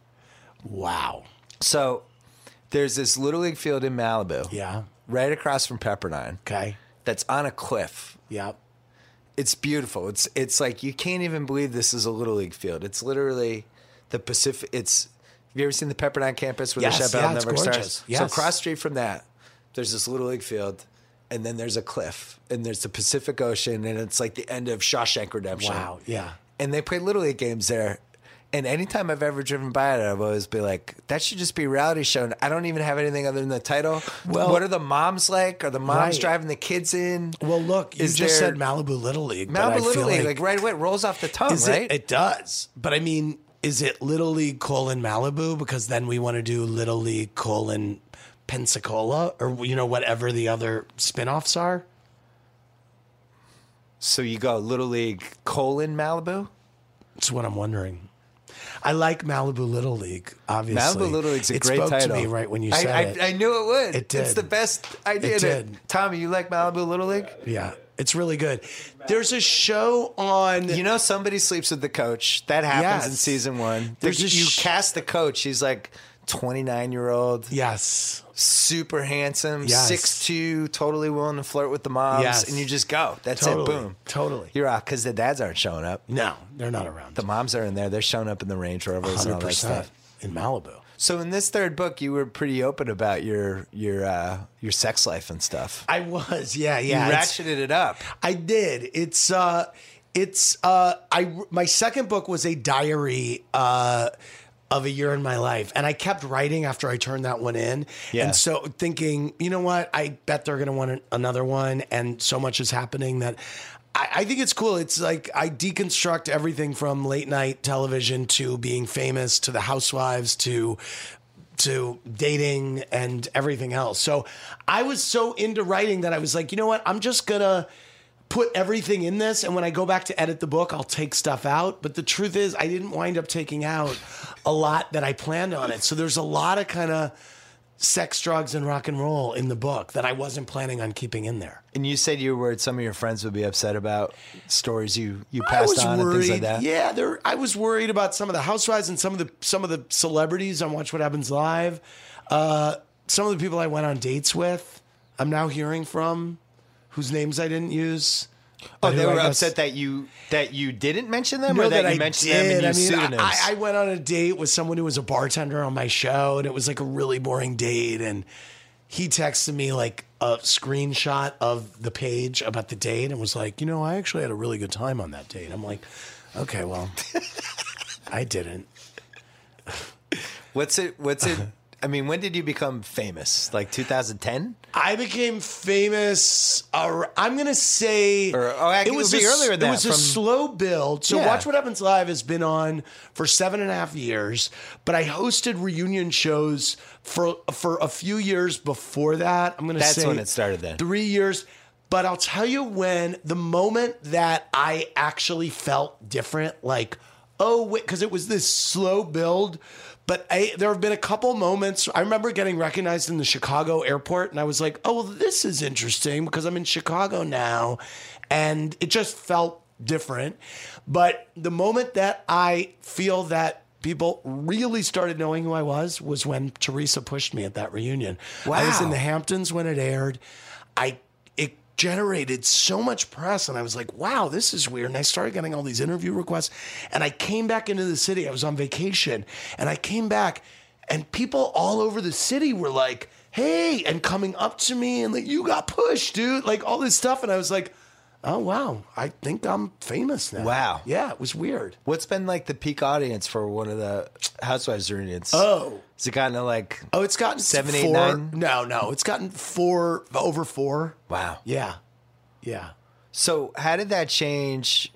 Wow.
So there's this little league field in Malibu,
Yeah.
right across from Pepperdine,
Okay.
that's on a cliff.
Yep.
It's beautiful. It's it's like you can't even believe this is a little league field. It's literally the Pacific. It's have you ever seen the Pepperdine campus where
Yes,
they shut
yeah,
out
it's
Network Stars?
gorgeous.
So
Yes.
cross street from that, there's this little league field, and then there's a cliff, and there's the Pacific Ocean, and it's like the end of Shawshank Redemption.
Wow. Yeah.
And they play little league games there. And anytime I've ever driven by it, I've always been like, that should just be a reality show. And I don't even have anything other than the title.
Well-
what are the moms like? Are the moms
Right.
driving the kids in?
Well, look, you
Is
just
there-
said Malibu Little League. but
Malibu
I feel
Little League, like, right away, it rolls off the tongue,
is
right?
It, it does. But I mean, is it Little League colon Malibu? Because then we want to do Little League colon Pensacola or, you know, whatever the other spin offs are.
so you go Little League colon Malibu?
It's what I'm wondering. I like Malibu Little League, obviously.
Malibu Little League's a
it
great
spoke
title.
to me right when you
I-
said
I,
it.
I, knew it would.
It
It's
did.
the best idea.
It
to-
did.
Tommy, you like Malibu Little League?
yeah. It's really good. There's a show on.
You know, somebody sleeps with the coach. That happens
Yes.
in season one.
There's
The-
a
you
sh-
cast the coach. He's like 29 year old,
yes.
super handsome,
Yes.
six two, totally willing to flirt with the moms.
Yes.
And you just go. That's
Totally.
it. Boom.
Totally.
You're off because the dads aren't showing up.
no, they're not around.
The moms are in there. They're showing up in the Range Rovers and all that stuff.
100% in Malibu.
So in this third book, you were pretty open about your your uh, your sex life and stuff.
I was, yeah,
You
yeah. it's-
ratcheted it up.
I did. It's uh it's uh I my second book was a diary uh of a year in my life and I kept writing after I turned that one in.
Yeah.
And so thinking, you know what? I bet they're going to want an- another one and so much is happening that I, I think it's cool. It's like I deconstruct everything from late night television to being famous to the housewives to to dating and everything else. So I was so into writing that I was like, you know what? I'm just gonna put everything in this and when I go back to edit the book, I'll take stuff out. But the truth is I didn't wind up taking out a lot that I planned on it. So there's a lot of kind of sex, drugs, and rock and roll in the book that I wasn't planning on keeping in there.
And you said you were worried some of your friends would be upset about stories you you
I
passed
was
on and
worried.
things like that.
Yeah, there. I was worried about some of the housewives and some of the some of the celebrities on Watch What Happens Live. Uh, some of the people I went on dates with, I'm now hearing from, whose names I didn't use.
Oh,
But
they
who
were
I guess-
upshed that you that you didn't mention them,
No,
or that,
I
you mentioned
did.
them and you
I mean,
pseudonyms.
I, I went on a date with someone who was a bartender on my show, and it was like a really boring date. And he texted me like a screenshot of the page about the date and was like, you know, I actually had a really good time on that date. I'm like, okay,
*laughs*
well, I didn't.
what's it? What's it? I mean, when did you become famous? Like 2010?
I became famous. ar- I'm gonna say
Or- oh, I think it would be
a,
earlier than
It was
that,
a
from-
slow build. So
Yeah.
watch what happens live has been on for seven and a half years, but I hosted reunion shows for for a few years before that. I'm gonna
That's
say
when it started then.
three years. But I'll tell you when the moment that I actually felt different, like, oh, wait, because it was this slow build. But I, there have been a couple moments. I remember getting recognized in the Chicago airport, and I was like, oh, well, this is interesting because I'm in Chicago now. And it just felt different. But the moment that I feel that people really started knowing who I was was when Teresa pushed me at that reunion. I was in
Wow.
the Hamptons when it aired. I it generated so much press and I was like, wow, this is weird. And I started getting all these interview requests. And I came back into the city. I was on vacation and I came back and people all over the city were like, hey, and coming up to me and like, you got pushed, dude. Like all this stuff. And I was like, oh wow, I think I'm famous now.
Wow.
Yeah, it was weird.
What's been like the peak audience for one of the Housewives reunions?
Oh.
Has it gotten to like,
Oh, it's gotten
Seven,
seven,
eight,
eight, nine.
nine?
No, no, it's gotten four over four.
wow.
Yeah, yeah.
So how did that change?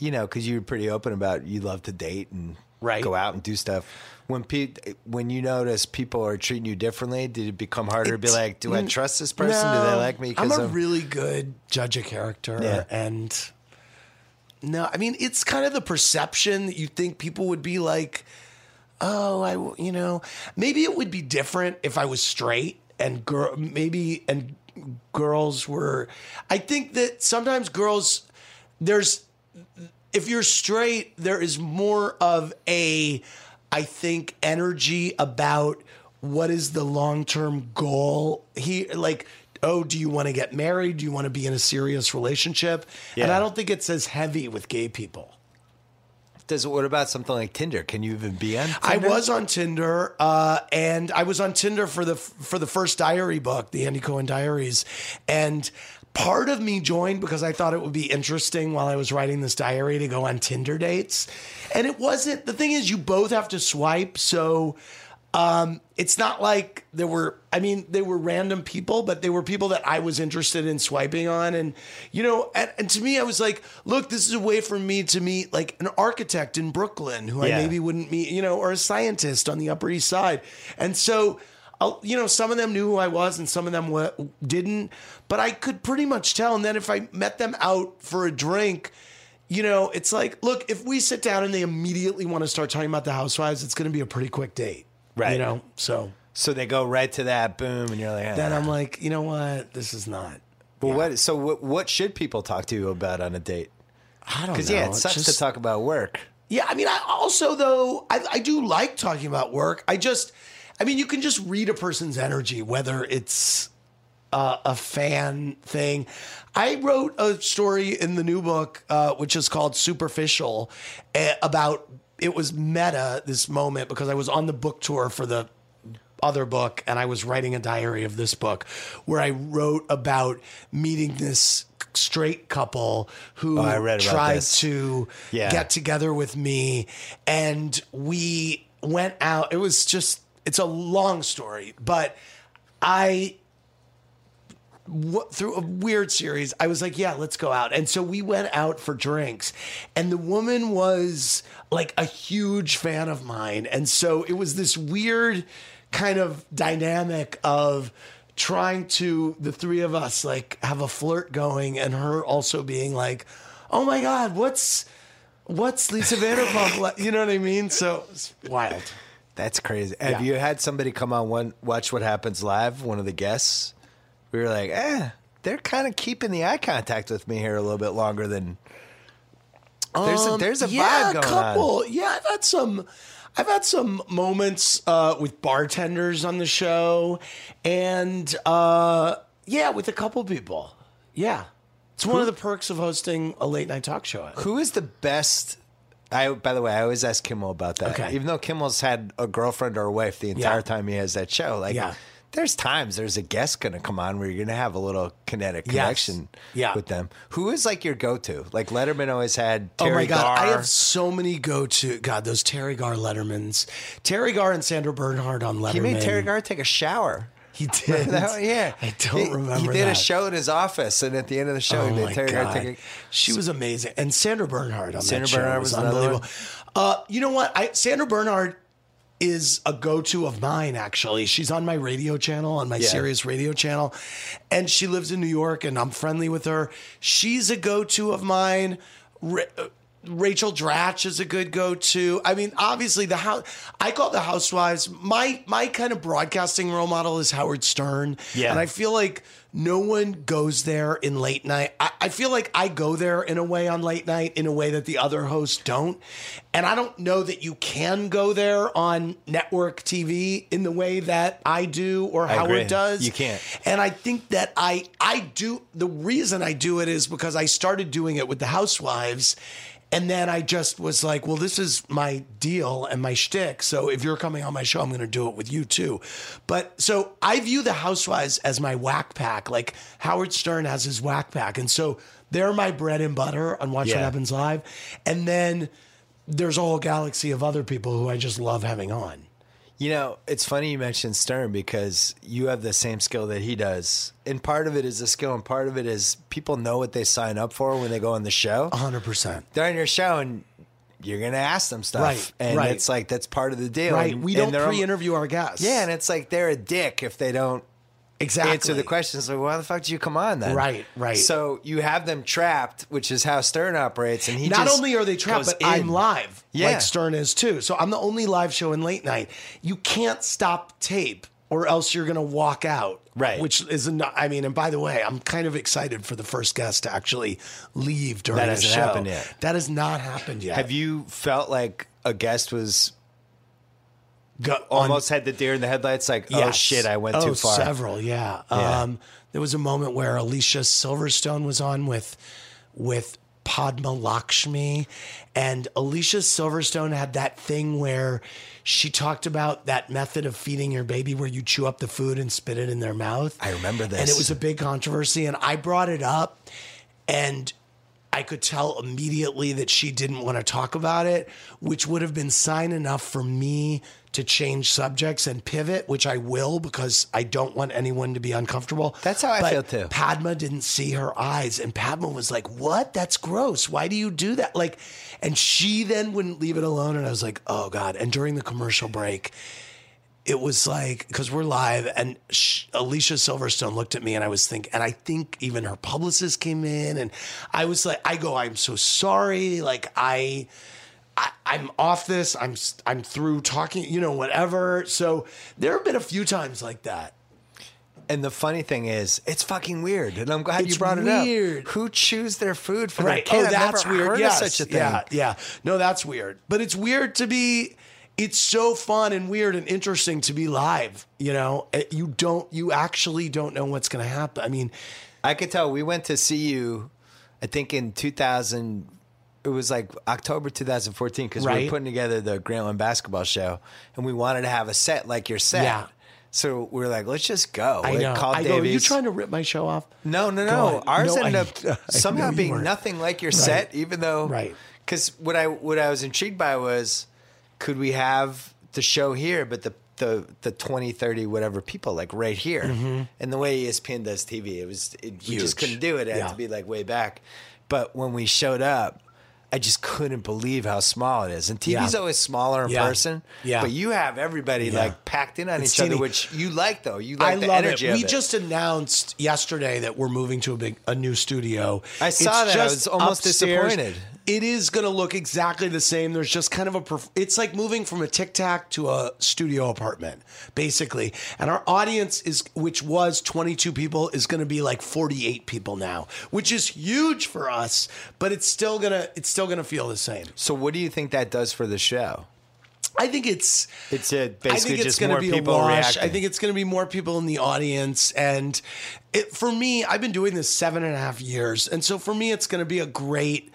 You know, because you were pretty open about you love to date and
Right.
go out and do stuff. When pe- when you notice people are treating you differently, did it become harder to be
It's-
like, do I trust this person? do they
No,
like me?
I'm
Because
a really good judge of character,
Yeah.
and no, I mean it's kind of the perception that you think people would be like, oh, I, w- you know, maybe it would be different if I was straight and girl, maybe and girls were. I think that sometimes girls, there's if you're straight, there is more of a, I think, energy about what is the long term goal here. Like, oh, do you want to get married? Do you want to be in a serious relationship? And
Yeah.
I don't think it's as heavy with gay people.
does what about something like Tinder? Can you even be on?
I
Tinder?
was on Tinder, uh, and I was on Tinder for the for the first diary book, the Andy Cohen Diaries, and part of me joined because I thought it would be interesting while I was writing this diary to go on Tinder dates, and it wasn't. The thing is, you both have to swipe, so. Um, it's not like there were, I mean, they were random people, but they were people that I was interested in swiping on. And, you know, and, and to me, I was like, look, this is a way for me to meet like an architect in Brooklyn who
Yeah.
I maybe wouldn't meet, you know, or a scientist on the Upper East Side. And so, I'll, you know, some of them knew who I was and some of them wa- didn't, but I could pretty much tell. And then if I met them out for a drink, you know, it's like, look, if we sit down and they immediately want to start talking about the housewives, it's going to be a pretty quick date.
Right.
You know, so
So they go right to that boom, and you're like, ah.
then I'm like, you know what? This is not.
But what? So what? What should people talk to you about on a date?
I don't know.
Because yeah, it sucks to talk about work.
Yeah, I mean, I also though I, I do like talking about work. I just, I mean, you can just read a person's energy whether it's uh, a fan thing. I wrote a story in the new book, uh, which is called Superficial, eh, about it was meta this moment because I was on the book tour for the other book and I was writing a diary of this book where I wrote about meeting this straight couple who
Oh, I read about
tried
this.
to
Yeah.
get together with me and we went out it was just it's a long story but i w- through a weird series i was like yeah let's go out and so we went out for drinks and the woman was like a huge fan of mine and so it was this weird kind of dynamic of trying to the three of us like have a flirt going and her also being like oh my god what's what's Lisa Vanderpump like? *laughs* You know what I mean? So it's wild.
That's crazy. Have
Yeah.
you had somebody come on one watch what happens live? One of the guests, we were like, eh, they're kind of keeping the eye contact with me here a little bit longer than. There's a, there's a
Um, yeah,
vibe going on.
couple. Yeah, I've had some. I've had some moments uh, with bartenders on the show, and uh, yeah, with a couple people. Yeah, it's one of the perks of hosting a late night talk show.
Who is the best? I by the way, I always ask Kimmel about that.
Okay.
Even though Kimmel's had a girlfriend or a wife the entire time he has that show, like
Yeah.
there's times there's a guest going to come on where you're going to have a little kinetic connection
Yeah.
with them. Who is like your go to? Like Letterman always had Terry
oh my God, I
Garr.
have so many go to. God, those Terry Gar Lettermans. Terry Gar and Sandra Bernhard on Letterman.
He made Terry Garr take a shower.
He did.
*laughs* That one- yeah,
I don't
He-
remember.
He did
that.
a show in his office, and at the end of the show,
Oh
he
my
made Terry Garr
God.
take a
she was amazing, and Sandra Bernhard on
Sandra
that show
Bernhard
was,
was another
unbelievable. Uh, you know what? I, Sandra Bernhard is a go-to of mine. Actually, she's on my radio channel, on my Sirius radio channel, and she lives in New York, and I'm friendly with her. She's a go-to of mine. Ra- uh, Rachel Dratch is a good go-to. I mean, obviously the house. I call the Housewives my my kind of broadcasting role model is Howard Stern.
Yeah.
and I feel like no one goes there in late night. I, I feel like I go there in a way on late night in a way that the other hosts don't. And I don't know that you can go there on network TV in the way that I do or Howard
agree.
does.
You can't.
And I think that I I do the reason I do it is because I started doing it with the housewives. And then I just was like, well, this is my deal and my shtick. So if you're coming on my show, I'm going to do it with you too. But so I view the housewives as my whack pack, like Howard Stern has his whack pack. And so they're my bread and butter on Watch What
Yeah.
Happens Live. And then there's a whole galaxy of other people who I just love having on.
You know, it's funny you mentioned Stern because you have the same skill that he does. And part of it is a skill, and part of it is people know what they sign up for when they go on the show.
Uh-huh. 100%.
They're on your show, and you're going to ask them stuff.
Right,
and
right.
it's like, that's part of the deal.
Right.
And-
We
and
don't
they're-
pre interview our guests.
Yeah, and it's like they're a dick if they don't
exactly.
answer the questions. Like, why the fuck did you come on then?
Right, right.
So you have them trapped, which is how Stern operates. And he
Not
just
only are they trapped,
goes
but I'm
in.
live.
Yeah.
Like Stern is too. So I'm the only live show in late night. You can't stop tape or else you're going to walk out.
Right.
Which is, not, I mean, and by the way, I'm kind of excited for the first guest to actually leave during
That
the
hasn't
show.
happened yet.
That has not happened yet.
Have you felt like a guest was
Go- on-
almost had the deer in the headlights like oh
Yes.
shit i went
Oh,
too far
Several, yeah.
Yeah.
Um, there was a moment where Alicia Silverstone was on with with Padma Lakshmi, and Alicia Silverstone had that thing where she talked about that method of feeding your baby where you chew up the food and spit it in their mouth.
I remember
and it
this.
was a big controversy, and I brought it up, and I could tell immediately that she didn't want to talk about it, which would have been sign enough for me to change subjects and pivot, which I will because I don't want anyone to be uncomfortable.
That's how I
But
feel too.
Padma didn't see her eyes, and Padma was like, "What? That's gross. Why do you do that?" Like, and she then wouldn't leave it alone, and I was like, "Oh God!" And during the commercial break, it was like because we're live and sh- alicia silverstone looked at me and i was thinking and i think even her publicist came in and i was like i go i'm so sorry like i, I i'm off this i'm s- i'm through talking you know whatever so there have been a few times like that
and the funny thing is it's fucking weird and i'm glad
It's
you brought it
weird.
up who chews their food for
right
their kid
oh
I've
that's
never
weird
heard
yes.
of such a thing
yeah yeah no that's weird but it's weird to be it's so fun and weird and interesting to be live you know Eh, you don't you actually don't know what's going to happen i mean
i could tell we went to see you i think in 2000 it was like October 2014 because we
Right.
were putting together the Grantland basketball show and we wanted to have a set like your set.
Yeah.
So we are like, let's just go.
I
Like,
know.
called
I go, are you
Davies."
trying to rip my show off?
No, no,
Go
no.
on.
Ours
No, I-
ended
*laughs* I
up somehow
know you
being
weren't.
nothing like your set, even though.
Right.
Because what I what I was intrigued by was, could we have the show here, but the the the 20, 30, whatever people like right here, and the way E ESPN does TV, it was it, we
Mm-hmm. Huge.
just couldn't do it. It had
Yeah.
to be like way back. But when we showed up. I just couldn't believe how small it is, and TV's
Yeah.
always smaller in
Yeah.
person.
Yeah.
but you have everybody like packed in on
It's
each
teeny.
other, which you like though. You
I
like the
love
energy
it.
of
we
it.
just announced yesterday that we're moving to a big a new studio.
I saw that. I was almost disappointed.
It is going to look exactly the same. There's just kind of a perf- it's like moving from a tic tac to a studio apartment basically. And our audience is which was 22 people is going to be like 48 people now, which is huge for us, but it's still going to it's still going to feel the same.
So what do you think that does for the show?
I think it's
It's uh, basically
I think it's
just
going to
more
be a
people
wash.
reacting.
I think it's going to be more people in the audience, and it, for me, I've been doing this seven and a half years, and so for me, it's going to be a great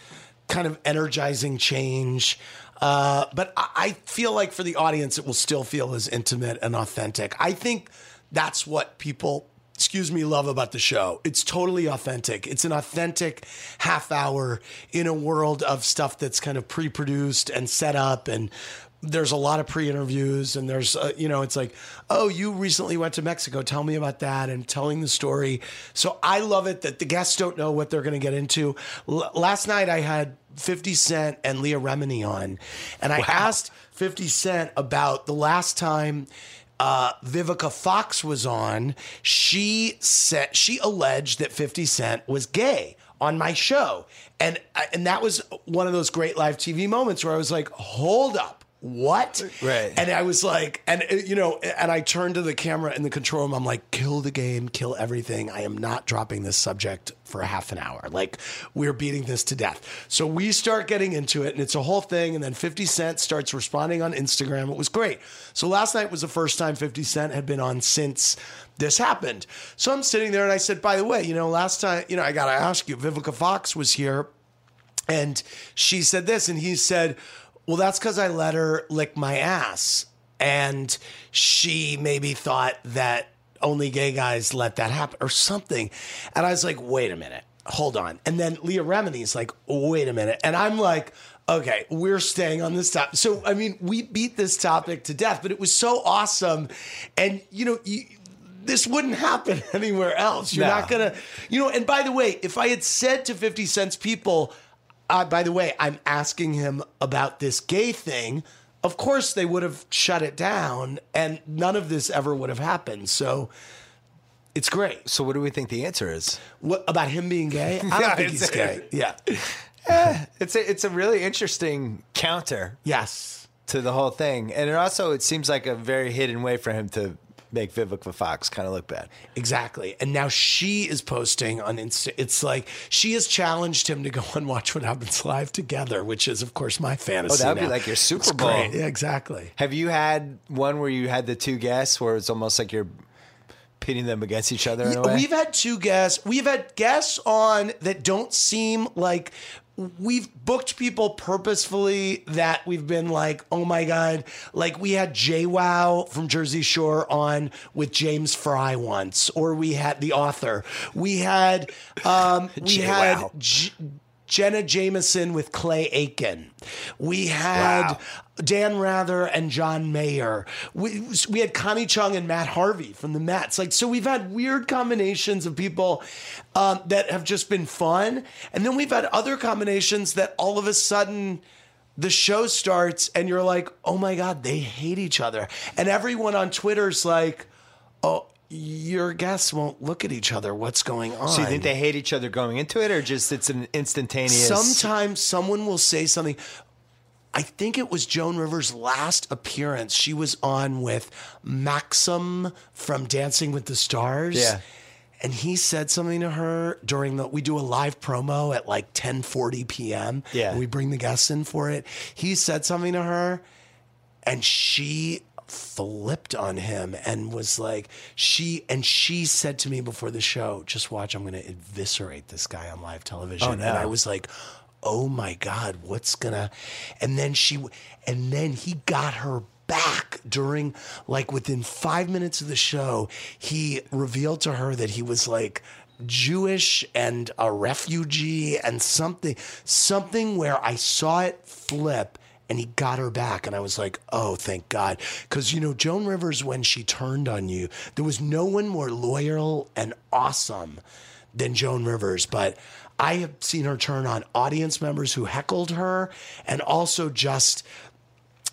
kind of energizing change. Uh, but I, I feel like for the audience, it will still feel as intimate and authentic. I think That's what people, excuse me, love about the show. It's totally authentic. It's an authentic half hour in a world of stuff that's kind of pre produced and set up and there's a lot of pre-interviews and there's uh, you know it's like oh you recently went to mexico tell me about that and telling the story so i love it that the guests don't know what they're going to get into L- last night i had 50 cent and leah remini on and i asked 50 cent about the last time uh, Vivica Fox was on. She said she alleged that 50 Cent was gay on my show, and uh, and that was one of those great live TV moments where I was like, "Hold up, what?"
Right.
And I was like, and uh, you know, and I turned to the camera in the control room. I'm like, "Kill the game, kill everything. I am not dropping this subject for half an hour. Like, we're beating this to death." So we start getting into it, and it's a whole thing. And then 50 Cent starts responding on Instagram. It was great. So last night was the first time 50 Cent had been on since this happened. So I'm sitting there, and I said, "By the way, you know, last time, you know, I gotta ask you, Vivica Fox was here." And she said this, and he said, Well, that's because I let her lick my ass. And she maybe thought that only gay guys let that happen or something. And I was like, Wait a minute, hold on. And then Leah Remini's like, Wait a minute. And I'm like, Okay, we're staying on this topic. So, I mean, we beat this topic to death, but it was so awesome. And, you know, you, this wouldn't happen *laughs* anywhere else. You're
No.
not going to, *laughs* you know, and by the way, if I had said to 50 Cent's people, uh, by the way, I'm asking him about this gay thing. Of course, they would have shut it down, and none of this ever would have happened. So it's great.
So what do we think the answer *laughs* is?
What about him being gay? I
*laughs*
don't
Yeah,
think he's
it's-
gay. Yeah.
Eh, It's a, it's a really interesting counter
Yes.
to the whole thing, and it also it seems like a very hidden way for him to make Vivica Fox kind of look bad.
Exactly. And now she is posting on Insta. It's like she has challenged him to go and watch what happens live together, which is, of course, my fantasy.
Oh, that would be
now.
like your Super
It's
Bowl.
great. Yeah, exactly.
Have you had one where you had the two guests where it's almost like you're pitting them against each other in a way?
We've had two guests. We've had guests on that don't seem like we've booked people purposefully that we've been like, oh my God. Like we had Jay Wow from Jersey Shore on with James Fry once, or we had the author. We had um we
Jay
had
Wow.
J- Jenna Jameson with Clay Aiken. We had
Wow.
Dan Rather and John Mayer. We, we had Connie Chung and Matt Harvey from the Mets. Like, so we've had weird combinations of people um, that have just been fun. And then we've had other combinations that all of a sudden the show starts and you're like, oh my God, they hate each other. And everyone on Twitter's like, oh, your guests won't look at each other. What's going on?
Do you think they hate each other going into it, or just it's an instantaneous?
Sometimes someone will say something. I think it was Joan Rivers' last appearance. She was on with Maxim from Dancing with the Stars.
Yeah.
And he said something to her during the we do a live promo at like 10:40 p.m.
Yeah.
We bring the guests in for it. He said something to her and she flipped on him and was like she and she said to me before the show just watch i'm going to eviscerate this guy on live television
no.
and i was like oh my god what's going to and then she and then he got her back during like within 5 minutes of the show he revealed to her that he was like Jewish and a refugee and something something where I saw it flip and he got her back and i was like oh thank god because you know joan rivers when she turned on you there was no one more loyal and awesome than joan rivers but i have seen her turn on audience members who heckled her and also just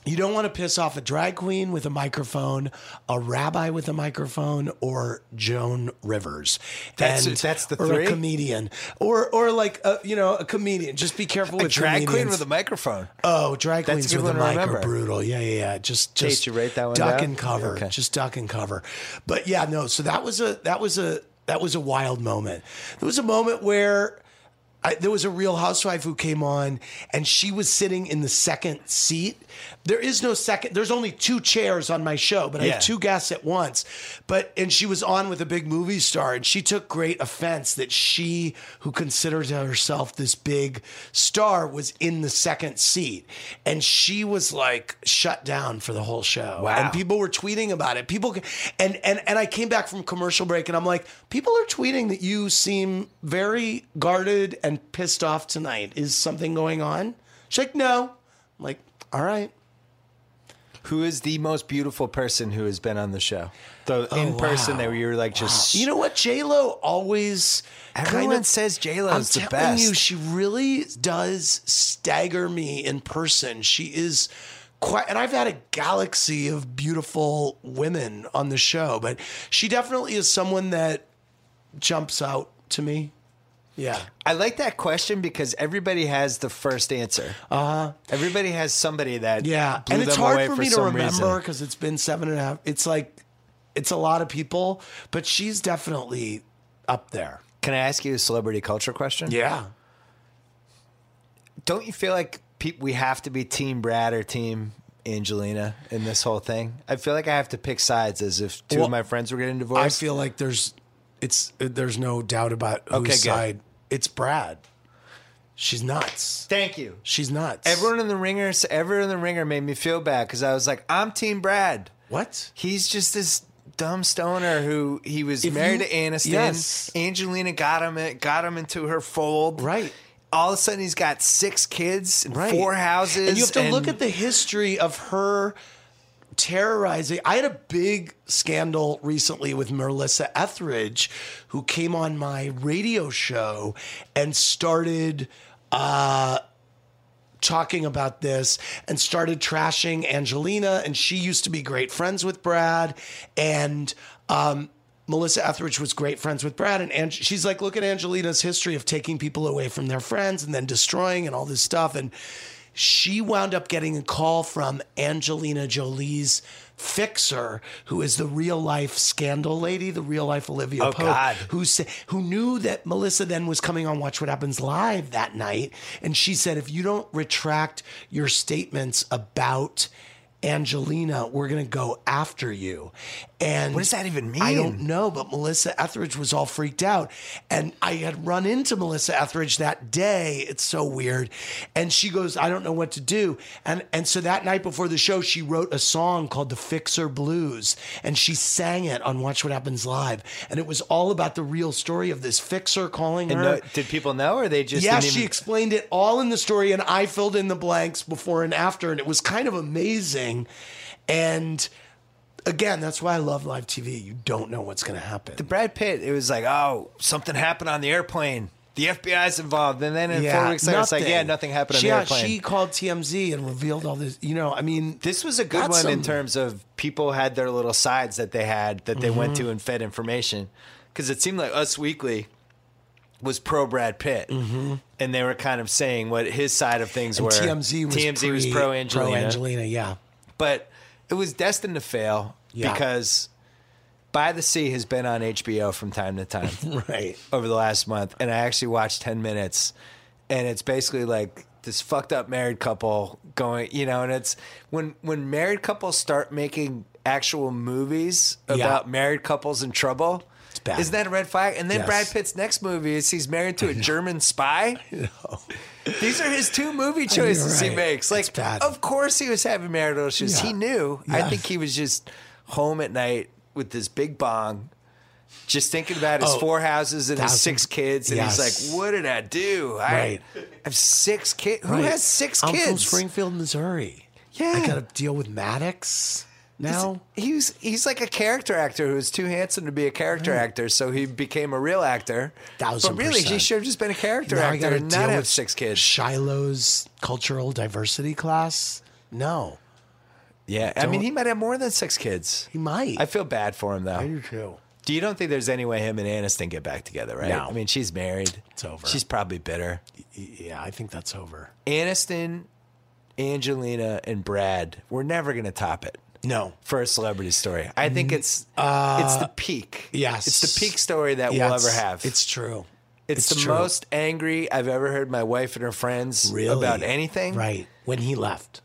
you don't want to piss off a drag queen with a microphone, a rabbi with a microphone, or Joan Rivers.
That's- that's the
or
three?
a comedian, or or like a, you know a comedian. Just be careful with
drag queen
comedians.
with a microphone.
Oh, drag
That's a
queens
good
with a
one to
mic
remember.
are brutal. Yeah, yeah, yeah. Just, just
you write that one
duck
down?
and cover.
Okay.
Just duck and cover. But yeah, no. So that was a that was a that was a wild moment. There was a moment where I, there was a real housewife who came on and she was sitting in the second seat. There is no second, there's only two chairs on my show, but I
Yeah.
have two guests at once. But, and she was on with a big movie star and she took great offense that she, who considered herself this big star, was in the second seat. And she was like shut down for the whole show.
Wow.
And people were tweeting about it. People and and and I came back from commercial break and I'm like, people are tweeting that you seem very guarded and pissed off tonight. Is something going on? She's like, no. I'm like, all right.
Who is the most beautiful person who has been on the show? The in person that you were like just
Oh, You know what? J Lo always
Everyone
kind of
says J-Lo
I'm
is the
telling
best.
you, she really does stagger me in person. She is quite, and I've had a galaxy of beautiful women on the show, but she definitely is someone that jumps out to me. Yeah,
I like that question because everybody has the first answer. Uh huh. Everybody has somebody that
Uh-huh. yeah,
blew
and it's
them
hard
away
for me to
some
remember
reason.
because it's been seven and a half. It's like it's a lot of people, but she's definitely up there.
Can I ask you a celebrity culture question?
Yeah.
Don't you feel like peop we have to be Team Brad or Team Angelina in this whole thing? I feel like I have to pick sides as if two
Well,
of my friends were getting
I
divorced.
feel like there's it's there's no doubt about whose
Okay, good.
side. It's Brad. She's nuts.
Thank you.
She's nuts.
Everyone in the ringer, everyone in the ringer made me feel bad because I was like, I'm Team Brad.
what?
He's just this dumb stoner who he was
If
married
you-
to Aniston.
yes.
Angelina got him got him into her fold.
Right.
All of a sudden, he's got six kids and
Right.
four houses.
And you have to look at the history of her terrorizing. I had a big scandal recently with Melissa Etheridge, who came on my radio show and started uh, talking about this and started trashing Angelina. And she used to be great friends with Brad. And, um, Melissa Etheridge was great friends with Brad, and Ang- she's like, look at Angelina's history of taking people away from their friends and then destroying and all this stuff. And she wound up getting a call from Angelina Jolie's fixer, who is the real life scandal lady, the real life Olivia Pope,
Oh, God.
who sa- who knew that Melissa then was coming on Watch What Happens Live that night, and she said, if you don't retract your statements about Angelina, we're gonna go after you. And
What does that even
I
mean?
don't no, but Melissa Etheridge was all freaked out. And I had run into Melissa Etheridge that day. It's so weird. And she goes, I don't know what to do. And and so that night before the show, she wrote a song called The Fixer Blues. And she sang it on Watch What Happens Live. And it was all about the real story of this fixer calling her.
No, did people know, or they just
Yeah,
didn't even-
she explained it all in the story, and I filled in the blanks before and after, and it was kind of amazing. And again, that's why I love live TV. You don't know what's going to happen.
Brad Pitt. It was like, oh, something happened on the airplane. The FBI's involved, and then in four weeks later, it's like, yeah, nothing happened on
She-
the
yeah,
airplane.
She called TMZ and revealed all this. You know, I mean,
This was a good
That's
one in
some-
terms of people had their little sides that they had that they went
Mm-hmm.
to and fed information because it seemed like Us Weekly was pro Brad Pitt,
Mm-hmm.
and they were kind of saying what his side of things were.
TMZ was
TMZ was
pre-
pro Angelina,
pro-Angelina, yeah.
but it was destined to fail
Yeah.
because By the Sea has been on HBO from time to
*laughs*
time
Right.
over the last month, and I actually watched ten minutes, and it's basically like this fucked up married couple going, you know, and it's when when married couples start making actual movies
Yeah.
about married couples in trouble. It's
bad.
Isn't that a red flag? And then
Yes.
Brad Pitt's next movie is he's married
*laughs*
to a German spy. These are his two movie choices he
right.
makes. Like,
bad.
of course he was having marital issues.
Yeah.
He knew.
Yeah.
I think he was just home at night with this big bong, just thinking about his
Oh,
four houses and his
thousand-
six kids, and
Yes.
he's like, "What did I do? I
Right.
have six kids. Who
Right.
has 6
I'm
kids?
from Springfield, Missouri.
Yeah.
I got to deal with Maddox now.
He's he's like a character actor who was too handsome to be a character actor, so he became a real actor.
Thousand
but really, he
percent.
should have just been a character
Now I
actor
got to
and
deal
not have
with
six kids.
Shiloh's cultural diversity class. No,
yeah, I mean, he might have more than six kids.
he might.
I feel bad for him though.
do too.
Do you don't think there's any way him and Aniston get back together, right?
No.
I mean, she's married.
It's over.
She's probably bitter.
Yeah, I think that's over.
Aniston, Angelina, and Brad, we're never going to top it
No.
for a celebrity story. I think it's it's the peak.
uh, yes.
It's the peak story that
Yeah,
we'll ever
it's-
have.
It's true.
It's,
It's
the
true.
most angry I've ever heard my wife and her friends
Really?
about anything.
Right. When he left.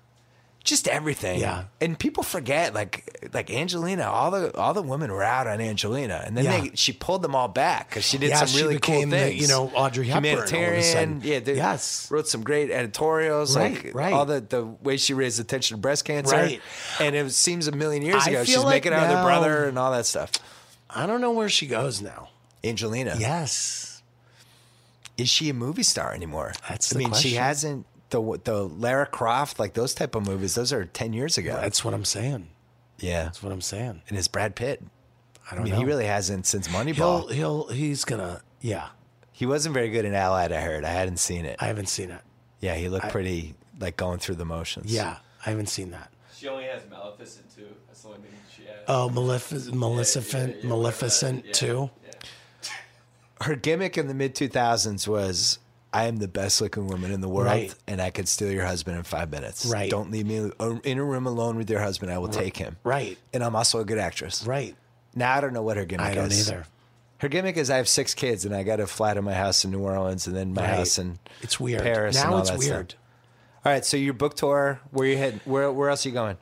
Just everything.
Yeah.
And people forget like like Angelina, all the all the women were out on Angelina. And then
Yeah.
they, she pulled them all back because she did
Yeah,
some
she
really
became
cool
the,
things.
you know, Audrey Hepburn all of a sudden.
Humanitarian. Yeah, they
Yes.
wrote some great editorials.
Right,
like
right.
all the, the way she raised attention to breast cancer.
Right.
And it seems a million years
I
ago.
feel
She's
like
making out with her
now-
brother and all that stuff.
I don't know where she goes now.
Angelina.
Yes.
is she a movie star anymore? I
That's the
mean, she
question.
hasn't the the Lara Croft like those type of movies. Those are ten years ago.
That's what I'm saying.
yeah,
That's what I'm saying.
and it's Brad Pitt.
I
I
don't
mean,
know.
he really hasn't since
he'll
Moneyball.
he'll he's gonna yeah.
He wasn't very good in Allied. I heard. I hadn't seen it.
I haven't seen it.
yeah, he looked pretty like going through the motions.
Yeah, I haven't seen that.
She only has Maleficent too. That's the only thing she has.
Oh, Malefic- Maleficent,
yeah, yeah,
Maleficent
yeah.
too.
Yeah.
her gimmick in the mid two thousands was. I am the best looking woman in the world,
Right.
and I could steal your husband in five minutes.
Right.
Don't leave me uh, in a room alone with your husband. I will take him.
Right,
And I'm also a good actress.
right.
Now I don't know what her gimmick
I don't
is.
either.
Her gimmick is I have six kids and I got a flat in my house in New Orleans and then my
Right.
house in
It's weird.
Paris.
now
and all
it's
that stuff.
weird.
All right, so your book tour, where you heading? Where where else are you going?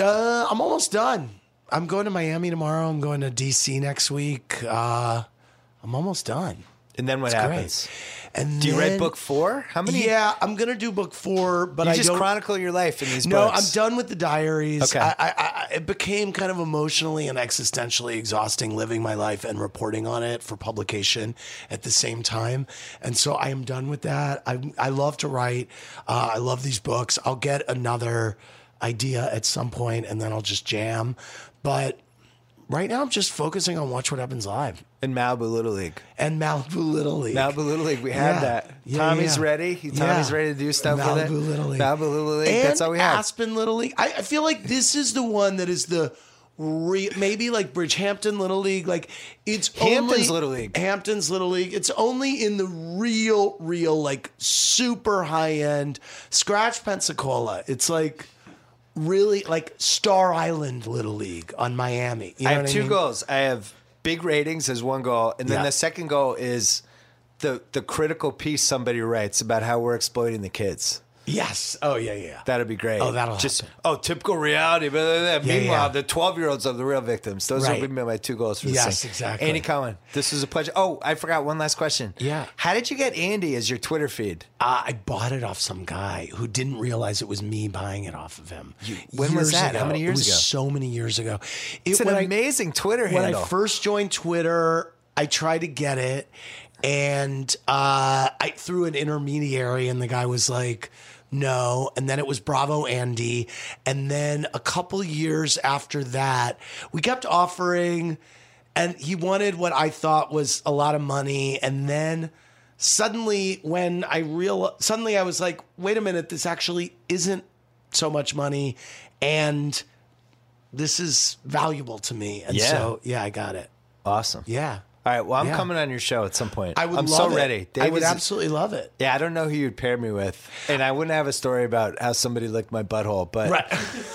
Uh, I'm almost done. I'm going to Miami tomorrow. I'm going to DC next week. Uh, I'm almost done.
And then what happens?
Great. And
Do you
then-
read book four? How many?
Yeah, I'm gonna do book four, but
you
I
just
don't.
chronicle your life in these
no,
books.
I'm done with the diaries.
Okay.
I, I, I, it became kind of emotionally and existentially exhausting living my life and reporting on it for publication at the same time. And so I am done with that. I, I love to write. Uh, I love these books. I'll get another idea at some point and then I'll just jam. But right now I'm just focusing on Watch What Happens Live
in Malibu Little League.
and Malibu Little League.
Malibu Little League, we have
Yeah.
that.
Yeah,
Tommy's
yeah.
ready. He, Tommy's
Yeah.
ready to do stuff with it.
Malibu Little League.
Malibu Little League.
and
That's all we have.
Aspen Little League. I, I feel like this is the one that is the re, maybe like Bridgehampton Little League. Like it's
Hampton's
only-
Little League.
Hampton's Little League. It's only in the real, real like super high end scratch Pensacola. It's like really like Star Island Little League on Miami. You know
I have
what
two
mean?
goals. I have big ratings as one goal, and then
Yeah.
the second goal is the the critical piece somebody writes about how we're exploiting the kids.
Yes. Oh yeah, yeah.
That'd be great.
Oh, that'll
just
happen.
oh typical reality. Blah, blah, blah.
Yeah,
Meanwhile,
yeah.
the twelve year olds are the real victims. Those
Right.
will be my two goals for this.
Yes,
thing.
exactly.
Andy Cohen, this was a pleasure. Oh, I forgot one last question.
Yeah.
how did you get Andy as your Twitter feed?
Uh, I bought it off some guy who didn't realize it was me buying it off of him.
when was that? How many
It
years
was
ago?
So many years ago. It,
It's an
when I-
amazing Twitter
when
handle.
I first joined Twitter, I tried to get it, and uh, I threw an intermediary, and the guy was like, "No." And then it was Bravo Andy, and then a couple years after that, we kept offering, and he wanted what I thought was a lot of money, and then. Suddenly, when I real suddenly I was like, "Wait a minute, this actually isn't so much money," and this is valuable to me. And
Yeah.
so, yeah, I got it.
awesome.
Yeah.
All right. Well, I'm
Yeah.
coming on your show at some point.
I would
I'm
love
so
it.
ready.
I would
is-
absolutely love it.
Yeah, I don't know who you'd pair me with, and I wouldn't have a story about how somebody licked my butthole, but
Right.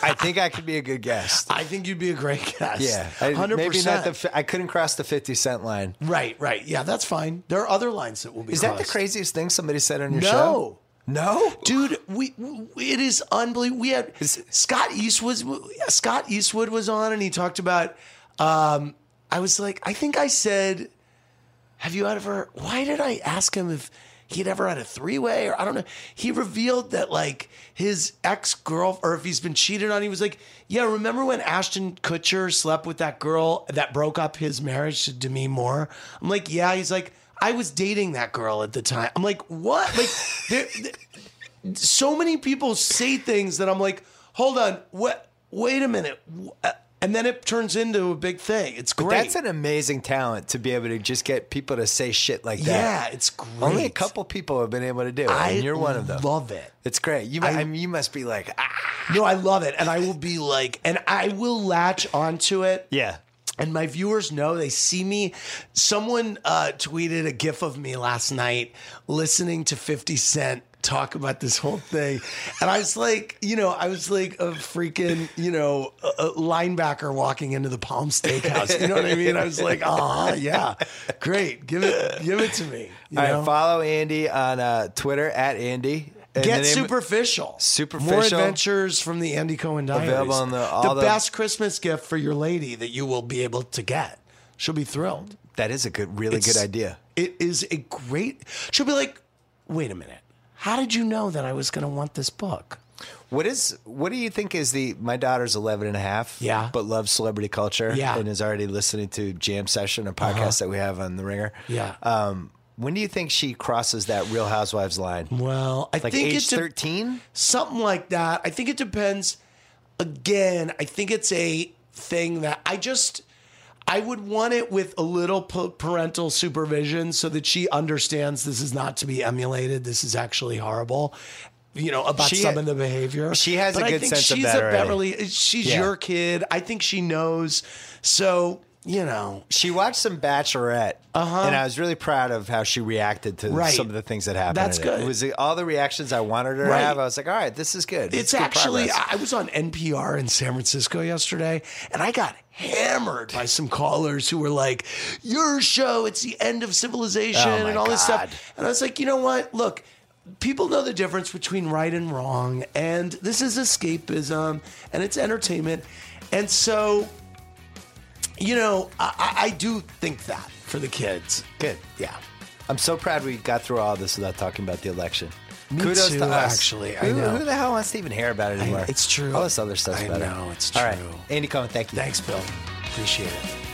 I think I could be a good guest.
*laughs* I think you'd be a great guest.
Yeah, I,
100%.
Maybe not the. fi- I couldn't cross the fifty cent line.
right, right. Yeah, that's fine. There are other lines that will be
Is that the
crossed.
craziest thing somebody said on your
No.
show? No,
Dude, we, w it is unbelievable. We had
Is-
Scott Eastwood. Scott Eastwood was on, and he talked about. Um, I was like, I think I said, "Have you ever?" Why did I ask him if he'd ever had a three way? Or I don't know. He revealed that like his ex girl, or if he's been cheated on. He was like, "Yeah, remember when Ashton Kutcher slept with that girl that broke up his marriage to Demi Moore?" I'm like, "Yeah." He's like. I was dating that girl at the time. I'm like, what? Like, there, so many people say things that I'm like, hold on, what? Wait a minute, Wh- and then it turns into a big thing. It's great.
that's an amazing talent to be able to just get people to say shit like
yeah,
that.
it's great.
only a couple people have been able to do, it,
I
and you're one of them.
Love it.
it's great. You, I,
I-
mean, you must be like, ah,
No, I love it, and I will be like, and I will latch onto it.
yeah.
And my viewers know they see me. Someone uh, tweeted a gif of me last night listening to 50 Cent talk about this whole thing. And I was like, you know, I was like a freaking, you know, a, a linebacker walking into the Palm Steakhouse. You know what I mean? I was like, ah, yeah, great, give it, give it to me. You
All
know?
right, follow Andy on uh, Twitter at Andy. And the
Get
name-
superficial. More
Superficial.
adventures from the Andy Cohen Diaries.
Available on the- all the-
best Christmas gift for your lady that you will be able to get. She'll be thrilled.
That is a good, really good
It's-
idea.
It is a great. She'll be like, wait a minute. How did you know that I was going to want this book?
What is what do you think is the my daughter's 11 and a half
Yeah.
but loves celebrity culture
Yeah. Uh-huh.
and is already listening to jam session or podcast that we have on the ringer
Yeah.
um when do you think she crosses that real housewives line
Well, I
like
think
age
it's a-
13
something like that. I think it depends. Again, I think it's a thing that I just I would want it with a little p- parental supervision so that she understands this is not to be emulated. This is actually horrible. You know about
She-
some of the behavior.
she has
But
a
I
good
think
sense of
she's
that
a
already.
Beverly. She's
Yeah.
your kid. I think she knows. So you know,
she watched some bachelorette and I was really proud of how she reacted to
Uh-huh. Right.
some of the things that happened
That's
in it.
good.
it was uh, all the reactions I wanted her
Right.
to have I was like all right this is good
It's
good
actually,
progress.
I I was on NPR in San Francisco yesterday and I got hammered by some callers who were like, Your show, it's the end of civilization
Oh, my
and all this
God.
stuff. And I was like, You know what? Look, people know the difference between right and wrong. And this is escapism and it's entertainment. And so, you know, I, I I do think that for the kids.
good
Yeah.
I'm so proud we got through all this without talking about the election.
Me
Kudos
too,
to us.
actually. I
Who,
know.
who the hell wants to even hear about it anymore?
it's true.
All this other stuff's
I
better.
know, it's
All right.
true.
Andy Cohen, thank you.
Thanks, Bill. Appreciate it.